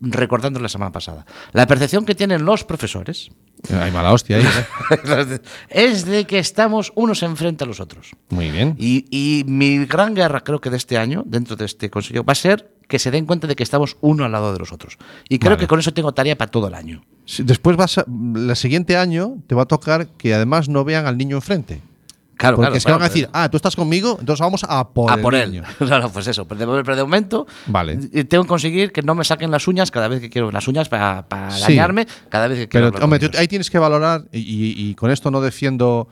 [SPEAKER 5] recordando la semana pasada, la percepción que tienen los profesores (laughs)
[SPEAKER 4] Hay mala hostia ahí. ¿eh?
[SPEAKER 5] es de que estamos unos enfrente a los otros.
[SPEAKER 4] Muy bien.
[SPEAKER 5] Y, y mi gran guerra, creo que de este año, dentro de este consejo, va a ser que se den cuenta de que estamos uno al lado de los otros. Y creo
[SPEAKER 4] Vale.
[SPEAKER 5] que con eso tengo tarea para todo el año.
[SPEAKER 4] Sí, Después vas a, el siguiente año te va a tocar que además no vean al niño enfrente.
[SPEAKER 5] Claro,
[SPEAKER 4] porque
[SPEAKER 5] claro,
[SPEAKER 4] es que
[SPEAKER 5] claro,
[SPEAKER 4] van a decir,
[SPEAKER 5] pero-
[SPEAKER 4] ah, tú estás conmigo, entonces vamos a por,
[SPEAKER 5] a
[SPEAKER 4] el
[SPEAKER 5] Ah, por él. (laughs)
[SPEAKER 4] niño".
[SPEAKER 5] No, no, pues eso. Pero de, pero de momento
[SPEAKER 4] Vale.
[SPEAKER 5] eh, tengo que conseguir que no me saquen las uñas cada vez que quiero las uñas para, para
[SPEAKER 4] Sí.
[SPEAKER 5] dañarme, cada vez que quiero.
[SPEAKER 4] Pero,
[SPEAKER 5] hablar con
[SPEAKER 4] hombre, tú-
[SPEAKER 5] ellos.
[SPEAKER 4] ahí tienes que valorar, y, y- y con esto no defiendo,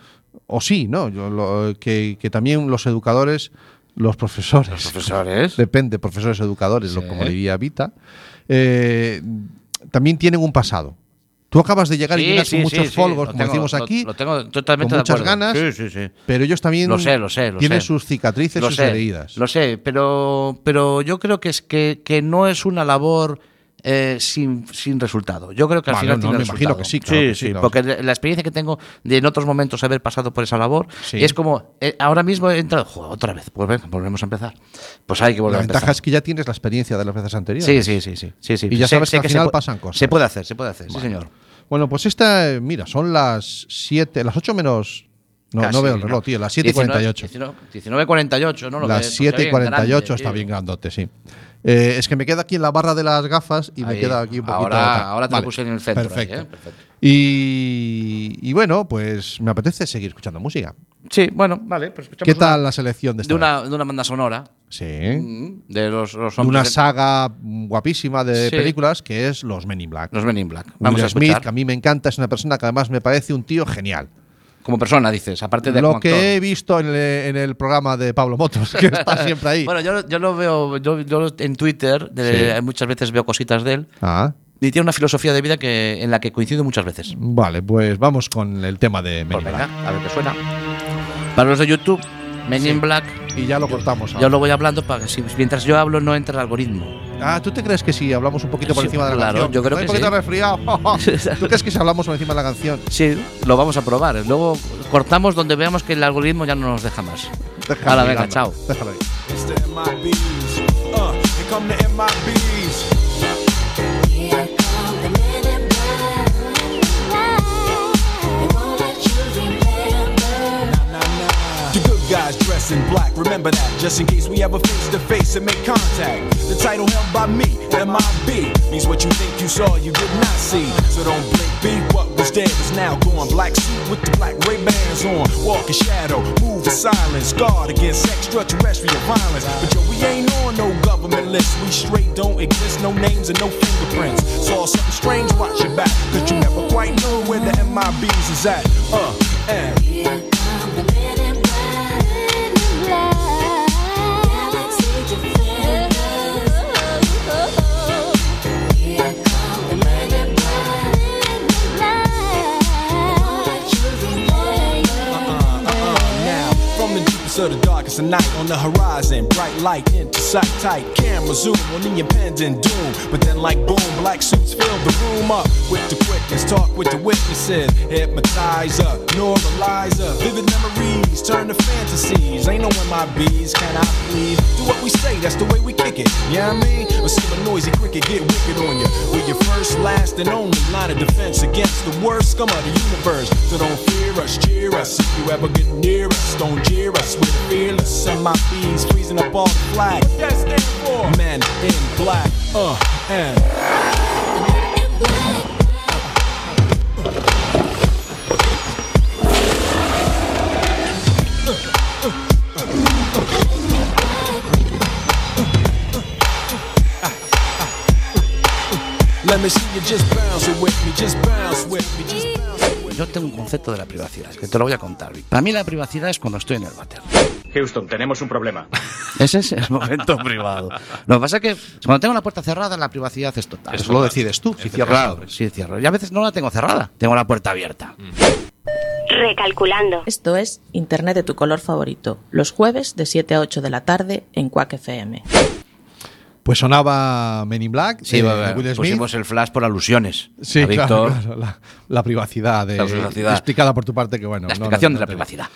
[SPEAKER 4] o sí, ¿no? Yo lo- que, que también los educadores, los profesores.
[SPEAKER 5] Los profesores.
[SPEAKER 4] Depende, profesores educadores, lo- como diría Vita, eh, también tienen un pasado. Tú acabas de llegar y
[SPEAKER 5] Sí,
[SPEAKER 4] llegas
[SPEAKER 5] sí,
[SPEAKER 4] con muchos
[SPEAKER 5] sí, sí,
[SPEAKER 4] folgos,
[SPEAKER 5] lo
[SPEAKER 4] como
[SPEAKER 5] tengo-
[SPEAKER 4] decimos
[SPEAKER 5] lo-
[SPEAKER 4] aquí,
[SPEAKER 5] Lo, tengo totalmente
[SPEAKER 4] con
[SPEAKER 5] de
[SPEAKER 4] muchas
[SPEAKER 5] acuerdo.
[SPEAKER 4] ganas,
[SPEAKER 5] Sí, sí, sí.
[SPEAKER 4] pero ellos también
[SPEAKER 5] Lo sé, lo sé, lo
[SPEAKER 4] tienen
[SPEAKER 5] sé.
[SPEAKER 4] sus cicatrices,
[SPEAKER 5] Lo
[SPEAKER 4] sus
[SPEAKER 5] sé,
[SPEAKER 4] heridas.
[SPEAKER 5] Lo sé, pero, pero yo creo que, es que, que no es una labor eh, sin, sin resultado. Yo creo que al
[SPEAKER 4] Vale,
[SPEAKER 5] final
[SPEAKER 4] no,
[SPEAKER 5] tiene
[SPEAKER 4] me imagino
[SPEAKER 5] resultado.
[SPEAKER 4] que sí, claro
[SPEAKER 5] sí,
[SPEAKER 4] que sí,
[SPEAKER 5] sí,
[SPEAKER 4] claro.
[SPEAKER 5] Porque la la experiencia que tengo de en otros momentos haber pasado por esa labor
[SPEAKER 4] Sí.
[SPEAKER 5] es como eh, ahora mismo he entrado. "Joder, otra vez, pues venga, volvemos a empezar. Pues hay que volver
[SPEAKER 4] La
[SPEAKER 5] a empezar.
[SPEAKER 4] ventaja es que ya tienes la experiencia de las veces anteriores.
[SPEAKER 5] Sí, sí, sí, sí, sí, sí.
[SPEAKER 4] Y ya
[SPEAKER 5] Sé-
[SPEAKER 4] sabes
[SPEAKER 5] sé
[SPEAKER 4] que al final
[SPEAKER 5] se pu-
[SPEAKER 4] pasan cosas.
[SPEAKER 5] Se puede hacer, se puede hacer, sí, señor.
[SPEAKER 4] Bueno, pues esta, eh, mira, son las 7, las 8 menos. No,
[SPEAKER 5] Casi,
[SPEAKER 4] no veo el reloj, tío, las 7 y 48.
[SPEAKER 5] 19, 19.48, ¿no? Lo
[SPEAKER 4] Las
[SPEAKER 5] que-
[SPEAKER 4] 7 y
[SPEAKER 5] bien
[SPEAKER 4] 48
[SPEAKER 5] grande,
[SPEAKER 4] está
[SPEAKER 5] tío.
[SPEAKER 4] bien grandote, sí. Eh, es que me queda aquí en la barra de las gafas y me
[SPEAKER 5] Ahí.
[SPEAKER 4] queda aquí un poquito.
[SPEAKER 5] Ahora-
[SPEAKER 4] tal.
[SPEAKER 5] ahora te lo puse en el centro,
[SPEAKER 4] Perfecto.
[SPEAKER 5] ahí, ¿eh? Perfecto.
[SPEAKER 4] Y, y bueno, pues me apetece seguir escuchando música.
[SPEAKER 5] Sí, bueno, vale. Pues escuchamos
[SPEAKER 4] ¿Qué tal
[SPEAKER 5] una-
[SPEAKER 4] la selección de esta
[SPEAKER 5] de
[SPEAKER 4] vez?
[SPEAKER 5] una, de una banda sonora
[SPEAKER 4] Sí.
[SPEAKER 5] mm, de los, los
[SPEAKER 4] De una
[SPEAKER 5] hombres-
[SPEAKER 4] saga mm, guapísima de
[SPEAKER 5] Sí.
[SPEAKER 4] películas que es Los Men in Black.
[SPEAKER 5] los Men in Black. Vamos
[SPEAKER 4] Will
[SPEAKER 5] a
[SPEAKER 4] Smith,
[SPEAKER 5] escuchar.
[SPEAKER 4] que a mí me encanta, es una persona que además me parece un tío genial.
[SPEAKER 5] como persona, dices, aparte de
[SPEAKER 4] lo
[SPEAKER 5] como actor.
[SPEAKER 4] que he visto en el, en el programa de Pablo Motos, (laughs) que está siempre ahí.
[SPEAKER 5] Bueno, yo, lo- yo lo veo yo, yo lo- en Twitter, de- muchas veces veo cositas de él
[SPEAKER 4] Ah,
[SPEAKER 5] y tiene una filosofía de vida que, en la que coincido muchas veces.
[SPEAKER 4] vale, pues vamos con el tema de Men
[SPEAKER 5] Pues
[SPEAKER 4] in
[SPEAKER 5] venga,
[SPEAKER 4] Black.
[SPEAKER 5] a ver qué suena. Para los de YouTube, Men in Black,
[SPEAKER 4] Y ya lo cortamos
[SPEAKER 5] yo
[SPEAKER 4] ahora.
[SPEAKER 5] lo voy hablando para que si, mientras yo hablo no entra el algoritmo.
[SPEAKER 4] Ah, ¿tú te crees que si hablamos un poquito por
[SPEAKER 5] Sí,
[SPEAKER 4] encima de la
[SPEAKER 5] claro,
[SPEAKER 4] canción?
[SPEAKER 5] yo creo
[SPEAKER 4] ¿No hay
[SPEAKER 5] que
[SPEAKER 4] poquito
[SPEAKER 5] sí.
[SPEAKER 4] resfriado?
[SPEAKER 5] (laughs)
[SPEAKER 4] ¿Tú crees que si hablamos por encima de la canción?
[SPEAKER 5] Sí, lo vamos a probar. Luego cortamos donde veamos que el algoritmo ya no nos deja más.
[SPEAKER 4] Déjame,
[SPEAKER 5] Ahora, venga,
[SPEAKER 4] anda,
[SPEAKER 5] chao.
[SPEAKER 4] déjalo ahí.
[SPEAKER 11] It's the MIBs. Este Uh, here come the MIBs.
[SPEAKER 12] Here come the men in black. They won't let you
[SPEAKER 11] Just in case we ever face to face and make contact. The title held by me, MIB, means what you think you saw, you did not see. So don't blink, be what was dead is now gone. Black suit with the black ray bands on. Walk in shadow, move in silence. Guard against extraterrestrial violence. But yo, we ain't on no government list. We straight don't exist, no names and no fingerprints. Saw something strange, watch your back. Cause you never quite know where the MIBs is at. Uh, and. Uh-uh. now. From the deepest of the darkest of night on the horizon, bright light into sight tight. Camera zoom on the impending doom. But then, like boom, black suits fill the room up with the quickness. Talk with the witnesses, hypnotize up, normalize up. Vivid memories turn to fantasies. Ain't no MIBs, can I please? Do what we say, that's the way we kick it. Yeah, I mean, or see a noisy cricket get wicked on you. We're your first, last, and only line of defense against the worst scum of the universe. So don't fear us, cheer us. If you ever get near us, don't jeer us. We're fearless. And my bees freezing up all the flag. What that stand for? Men in black. Uh, and. Let me see you just bounce it with me, just bounce with me, just
[SPEAKER 5] Yo tengo un concepto de la privacidad, que te lo voy a contar. Para mí la privacidad es cuando estoy en el váter.
[SPEAKER 13] Houston, tenemos un problema.
[SPEAKER 5] (laughs) Ese es el
[SPEAKER 13] (laughs)
[SPEAKER 5] momento privado. Lo que pasa es que cuando tengo la puerta cerrada, la privacidad es total.
[SPEAKER 4] Eso lo decides tú,
[SPEAKER 5] si cierro. Sí, cierro. Y a veces no la tengo cerrada, tengo la puerta abierta.
[SPEAKER 4] Mm.
[SPEAKER 3] Recalculando. Esto es Internet de tu color favorito, los jueves de 7 a 8 de la tarde en Quack FM.
[SPEAKER 4] Pues sonaba Men in Black.
[SPEAKER 8] Sí,
[SPEAKER 4] eh,
[SPEAKER 8] va a ver,
[SPEAKER 4] de Will Smith.
[SPEAKER 8] pusimos el flash por alusiones.
[SPEAKER 4] Sí,
[SPEAKER 8] a
[SPEAKER 4] claro,
[SPEAKER 8] Víctor.
[SPEAKER 4] claro, la, la privacidad de
[SPEAKER 8] La privacidad.
[SPEAKER 4] explicada por tu parte que bueno,
[SPEAKER 8] La
[SPEAKER 4] no, no,
[SPEAKER 8] explicación
[SPEAKER 4] no
[SPEAKER 8] de la
[SPEAKER 4] te-
[SPEAKER 8] privacidad.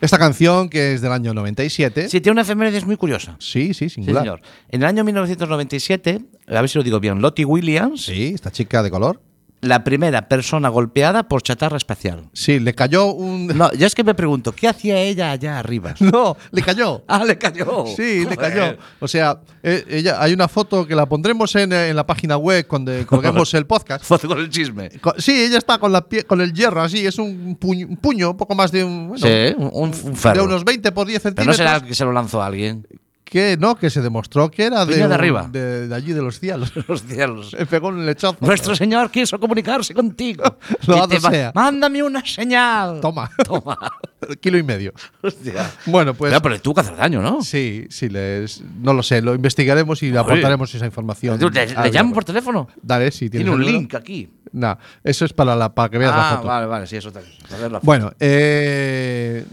[SPEAKER 4] Esta canción que es del año 97.
[SPEAKER 8] Sí, tiene una efeméride muy curiosa.
[SPEAKER 4] Sí, sí,
[SPEAKER 8] Sí,
[SPEAKER 4] singular.
[SPEAKER 8] señor. En el año 1997, a ver si lo digo bien, Lottie Williams.
[SPEAKER 4] Sí, esta chica de color.
[SPEAKER 8] La primera persona golpeada por chatarra espacial.
[SPEAKER 4] Sí, le cayó un.
[SPEAKER 8] No, yo es que me pregunto, ¿qué hacía ella allá arriba?
[SPEAKER 4] (laughs) No, (laughs) le cayó.
[SPEAKER 8] ah, le cayó.
[SPEAKER 4] Sí, le cayó.
[SPEAKER 8] Joder.
[SPEAKER 4] O sea, eh, ella, hay una foto que la pondremos en, eh, en la página web
[SPEAKER 8] (laughs)
[SPEAKER 4] cuando colguemos el podcast.
[SPEAKER 8] Foto con el chisme.
[SPEAKER 4] Co- Sí, ella está con, la pie- con el hierro así, es un puño, un puño, un poco más de un, bueno,
[SPEAKER 8] sí, un, un
[SPEAKER 4] de
[SPEAKER 8] ferro.
[SPEAKER 4] unos 20 por 10
[SPEAKER 8] Pero no
[SPEAKER 4] centímetros.
[SPEAKER 8] será que se lo lanzó a alguien.
[SPEAKER 4] Que no, que se demostró que era de,
[SPEAKER 8] Venía de
[SPEAKER 4] un-
[SPEAKER 8] arriba.
[SPEAKER 4] De, de allí de (laughs) los cielos.
[SPEAKER 8] Los cielos.
[SPEAKER 4] Se pegó un lechazo.
[SPEAKER 8] Nuestro Señor quiso comunicarse
[SPEAKER 4] (laughs)
[SPEAKER 8] contigo.
[SPEAKER 4] Loado
[SPEAKER 8] Y te ma-
[SPEAKER 4] sea.
[SPEAKER 8] Mándame una señal.
[SPEAKER 4] Toma,
[SPEAKER 8] (laughs) Toma.
[SPEAKER 4] (laughs) kilo y medio.
[SPEAKER 8] (laughs) Hostia.
[SPEAKER 4] Bueno, pues
[SPEAKER 8] Pero, pero tú que haces daño, ¿no?
[SPEAKER 4] sí, sí, les, no lo sé, lo investigaremos y
[SPEAKER 8] Oye.
[SPEAKER 4] le aportaremos esa información.
[SPEAKER 8] Tú, le, le
[SPEAKER 4] Ah,
[SPEAKER 8] llamo
[SPEAKER 4] bueno.
[SPEAKER 8] por teléfono.
[SPEAKER 4] Dale, si tienes
[SPEAKER 8] Tiene un
[SPEAKER 4] el número.
[SPEAKER 8] link aquí.
[SPEAKER 4] Nah, eso es para, la, para que veas la
[SPEAKER 8] Ah,
[SPEAKER 4] foto.
[SPEAKER 8] vale, vale, sí, eso también. Para ver la foto.
[SPEAKER 4] Bueno, eh,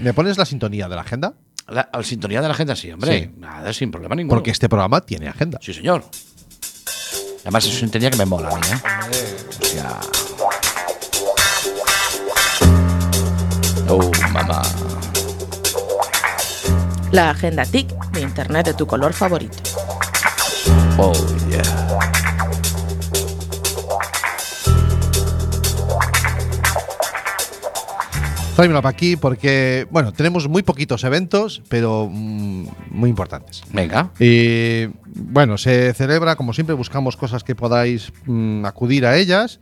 [SPEAKER 4] ¿me pones la sintonía de la agenda?
[SPEAKER 8] La, la sintonía de la gente sí, hombre.
[SPEAKER 4] Sí.
[SPEAKER 8] Nada, sin problema ninguno.
[SPEAKER 4] Porque este programa tiene agenda.
[SPEAKER 8] Sí, señor. Además, es una sintonía que me mola a mí, ¿eh? Hostia. Oh, mamá.
[SPEAKER 3] La agenda TIC de Internet de tu color favorito.
[SPEAKER 8] Oh, yeah.
[SPEAKER 4] Tráemelo para aquí porque, bueno, tenemos muy poquitos eventos, pero mm, muy importantes.
[SPEAKER 8] Venga.
[SPEAKER 4] Y bueno, se celebra, como siempre, buscamos cosas que podáis mm, acudir a ellas.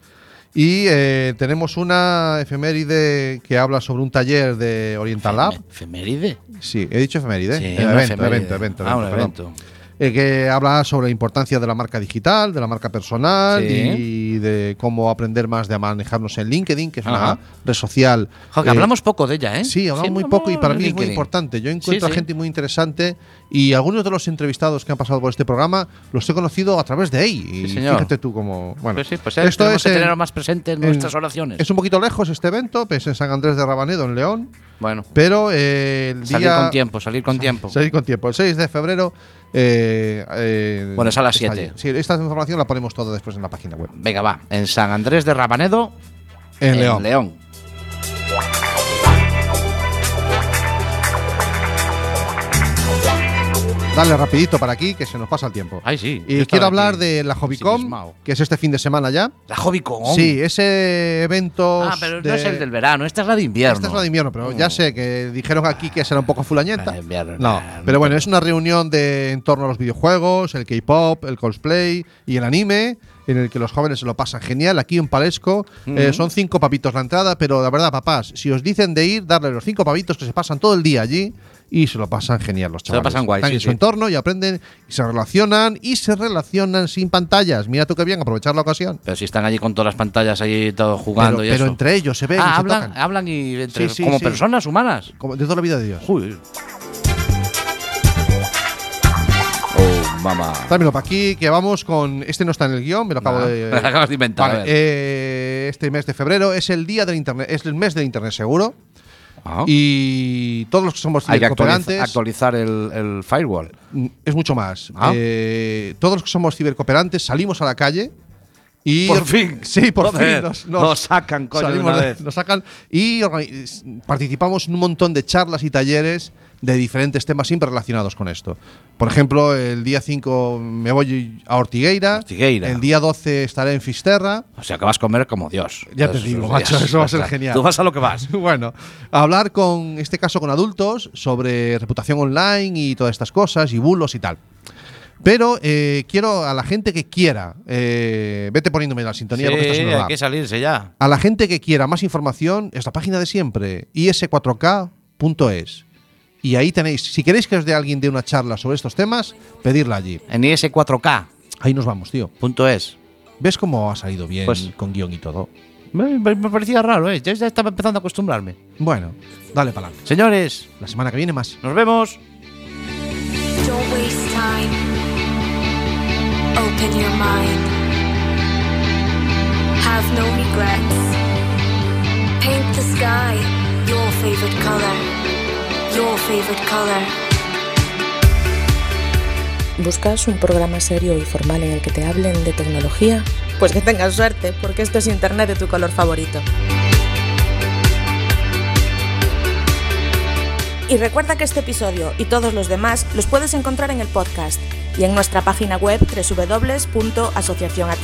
[SPEAKER 4] Y eh, tenemos una efeméride que habla sobre un taller de Oriental Lab.
[SPEAKER 8] Feme- Efeméride.
[SPEAKER 4] Sí, he dicho efeméride.
[SPEAKER 8] Sí,
[SPEAKER 4] eh,
[SPEAKER 8] una
[SPEAKER 4] evento,
[SPEAKER 8] efeméride.
[SPEAKER 4] evento, evento,
[SPEAKER 8] Ah, un
[SPEAKER 4] evento, perdón.
[SPEAKER 8] evento.
[SPEAKER 4] Eh, que habla sobre la importancia de la marca digital, de la marca personal
[SPEAKER 8] Sí.
[SPEAKER 4] y de cómo aprender más de manejarnos en LinkedIn, que es
[SPEAKER 8] Ajá.
[SPEAKER 4] una red social.
[SPEAKER 8] Jo, que
[SPEAKER 4] eh,
[SPEAKER 8] hablamos poco de ella, ¿eh?
[SPEAKER 4] Sí, hablamos muy
[SPEAKER 8] no,
[SPEAKER 4] poco y
[SPEAKER 8] no,
[SPEAKER 4] para
[SPEAKER 8] en
[SPEAKER 4] mí es muy
[SPEAKER 8] LinkedIn.
[SPEAKER 4] importante. Yo encuentro
[SPEAKER 8] Sí, sí.
[SPEAKER 4] a gente muy interesante y algunos de los entrevistados que han pasado por este programa los he conocido a través de ahí. Y
[SPEAKER 8] Sí, señor.
[SPEAKER 4] fíjate tú cómo. Bueno,
[SPEAKER 8] Pues sí, pues eh, tenemos que
[SPEAKER 4] en-
[SPEAKER 8] tenerlo más presente en,
[SPEAKER 4] en-
[SPEAKER 8] nuestras oraciones.
[SPEAKER 4] Es un poquito lejos este evento, pues en San Andrés de Rabanedo, en León.
[SPEAKER 8] Bueno,
[SPEAKER 4] Pero eh, el
[SPEAKER 8] salir
[SPEAKER 4] día.
[SPEAKER 8] con tiempo, salir con tiempo.
[SPEAKER 4] Salir con tiempo. El 6 de febrero. eh, eh,
[SPEAKER 8] Bueno, es a las
[SPEAKER 4] está
[SPEAKER 8] 7.
[SPEAKER 4] allí. Sí, esta información la ponemos toda después en la página web.
[SPEAKER 8] Venga, va. En San Andrés de Rabanedo,
[SPEAKER 4] En León. Dale rapidito para aquí, que se nos pasa el tiempo.
[SPEAKER 5] Ay, sí.
[SPEAKER 4] Y quiero hablar de la Hobbycom, que es este fin de semana ya.
[SPEAKER 5] La Hobbycom.
[SPEAKER 4] Sí, ese evento.
[SPEAKER 5] Ah, pero no es el del verano, Mm. esta es la de invierno.
[SPEAKER 4] Esta es la de invierno, pero ya sé que dijeron aquí que será un poco fulañenta. no, pero bueno, es una reunión de en torno a los videojuegos, el K-pop, el cosplay y el anime. En el que los jóvenes se lo pasan genial. Aquí en Palesco eh,
[SPEAKER 5] Ujú.
[SPEAKER 4] son cinco papitos la entrada, pero la verdad, papás, si os dicen de ir, darle los cinco pavitos que se pasan todo el día allí y se lo pasan genial los
[SPEAKER 5] Se lo
[SPEAKER 4] chavales.
[SPEAKER 5] pasan guay,
[SPEAKER 4] Están
[SPEAKER 5] sí,
[SPEAKER 4] en su
[SPEAKER 5] sí.
[SPEAKER 4] entorno y aprenden y se relacionan y se relacionan sin pantallas. Mira tú qué bien, aprovechar la ocasión.
[SPEAKER 5] Pero si están allí con todas las pantallas ahí todos jugando
[SPEAKER 4] pero
[SPEAKER 5] y
[SPEAKER 4] pero
[SPEAKER 5] eso.
[SPEAKER 4] entre ellos se ven
[SPEAKER 5] Ah,
[SPEAKER 4] y se
[SPEAKER 5] hablan,
[SPEAKER 4] tocan.
[SPEAKER 5] hablan y entre-
[SPEAKER 4] Sí, sí,
[SPEAKER 5] como
[SPEAKER 4] sí.
[SPEAKER 5] personas humanas.
[SPEAKER 4] Como de toda la vida de Dios.
[SPEAKER 5] Oh, mamá.
[SPEAKER 4] Dámelo para aquí, que vamos con. Este no está en el guión, me lo acabo
[SPEAKER 5] Ah,
[SPEAKER 4] de.
[SPEAKER 5] (laughs) me lo acabas de inventar,
[SPEAKER 4] Vale,
[SPEAKER 5] a ver.
[SPEAKER 4] eh, este mes de febrero es el día del internet, es el mes del internet seguro. Ah. Y todos los que somos
[SPEAKER 5] Oh. Hay que actualiza-
[SPEAKER 4] cibercooperantes.
[SPEAKER 5] actualizar el, el firewall.
[SPEAKER 4] Mm, es mucho más.
[SPEAKER 5] Ah.
[SPEAKER 4] Eh, todos los que somos cibercooperantes salimos a la calle y.
[SPEAKER 5] Por fin.
[SPEAKER 4] Sí, por
[SPEAKER 5] Joder,
[SPEAKER 4] fin. Nos,
[SPEAKER 5] nos sacan, coño, de
[SPEAKER 4] salimos
[SPEAKER 5] una
[SPEAKER 4] de-
[SPEAKER 5] vez.
[SPEAKER 4] Nos sacan y organi- participamos en un montón de charlas y talleres de diferentes temas siempre relacionados con esto. Por ejemplo, el día 5 me voy a Ortigueira.
[SPEAKER 5] Ortigueira.
[SPEAKER 4] El día 12 estaré en Fisterra.
[SPEAKER 5] O sea, que vas a comer como Dios.
[SPEAKER 4] Ya te
[SPEAKER 5] Esos (laughs)
[SPEAKER 4] digo,
[SPEAKER 5] días.
[SPEAKER 4] macho, eso va a ser
[SPEAKER 5] O sea,
[SPEAKER 4] genial.
[SPEAKER 5] Tú vas a lo que
[SPEAKER 4] (laughs)
[SPEAKER 5] vas.
[SPEAKER 4] bueno, a hablar con, en este caso, con adultos sobre reputación online y todas estas cosas y bulos y tal. Pero eh, quiero a la gente que quiera, eh, vete poniéndome la sintonía
[SPEAKER 5] Sí,
[SPEAKER 4] porque esto se nos
[SPEAKER 5] hay
[SPEAKER 4] va.
[SPEAKER 5] que salirse ya.
[SPEAKER 4] A la gente que quiera más información, es la página de siempre, is4k.es. Y ahí tenéis, si queréis que os dé alguien de una charla sobre estos temas, pedidla allí.
[SPEAKER 5] En IS4K.
[SPEAKER 4] Ahí nos vamos, tío.
[SPEAKER 5] Punto es.
[SPEAKER 4] ¿Ves cómo ha salido bien
[SPEAKER 5] Pues-
[SPEAKER 4] con guión y todo?
[SPEAKER 5] Me, me- me parecía raro, ¿eh? Yo ya estaba empezando a acostumbrarme.
[SPEAKER 4] Bueno, dale para adelante.
[SPEAKER 5] Señores,
[SPEAKER 4] La semana que viene más.
[SPEAKER 5] nos vemos.
[SPEAKER 2] Don't waste time. Open your mind. Have no regrets. Paint the sky your favorite color. Your favorite color.
[SPEAKER 14] ¿Buscas un programa serio y formal en el que te hablen de tecnología? Pues que tengas suerte, porque esto es Internet de tu color favorito.
[SPEAKER 3] Y recuerda que este episodio y todos los demás los puedes encontrar en el podcast y en nuestra página web www.asociacionatlantis.com.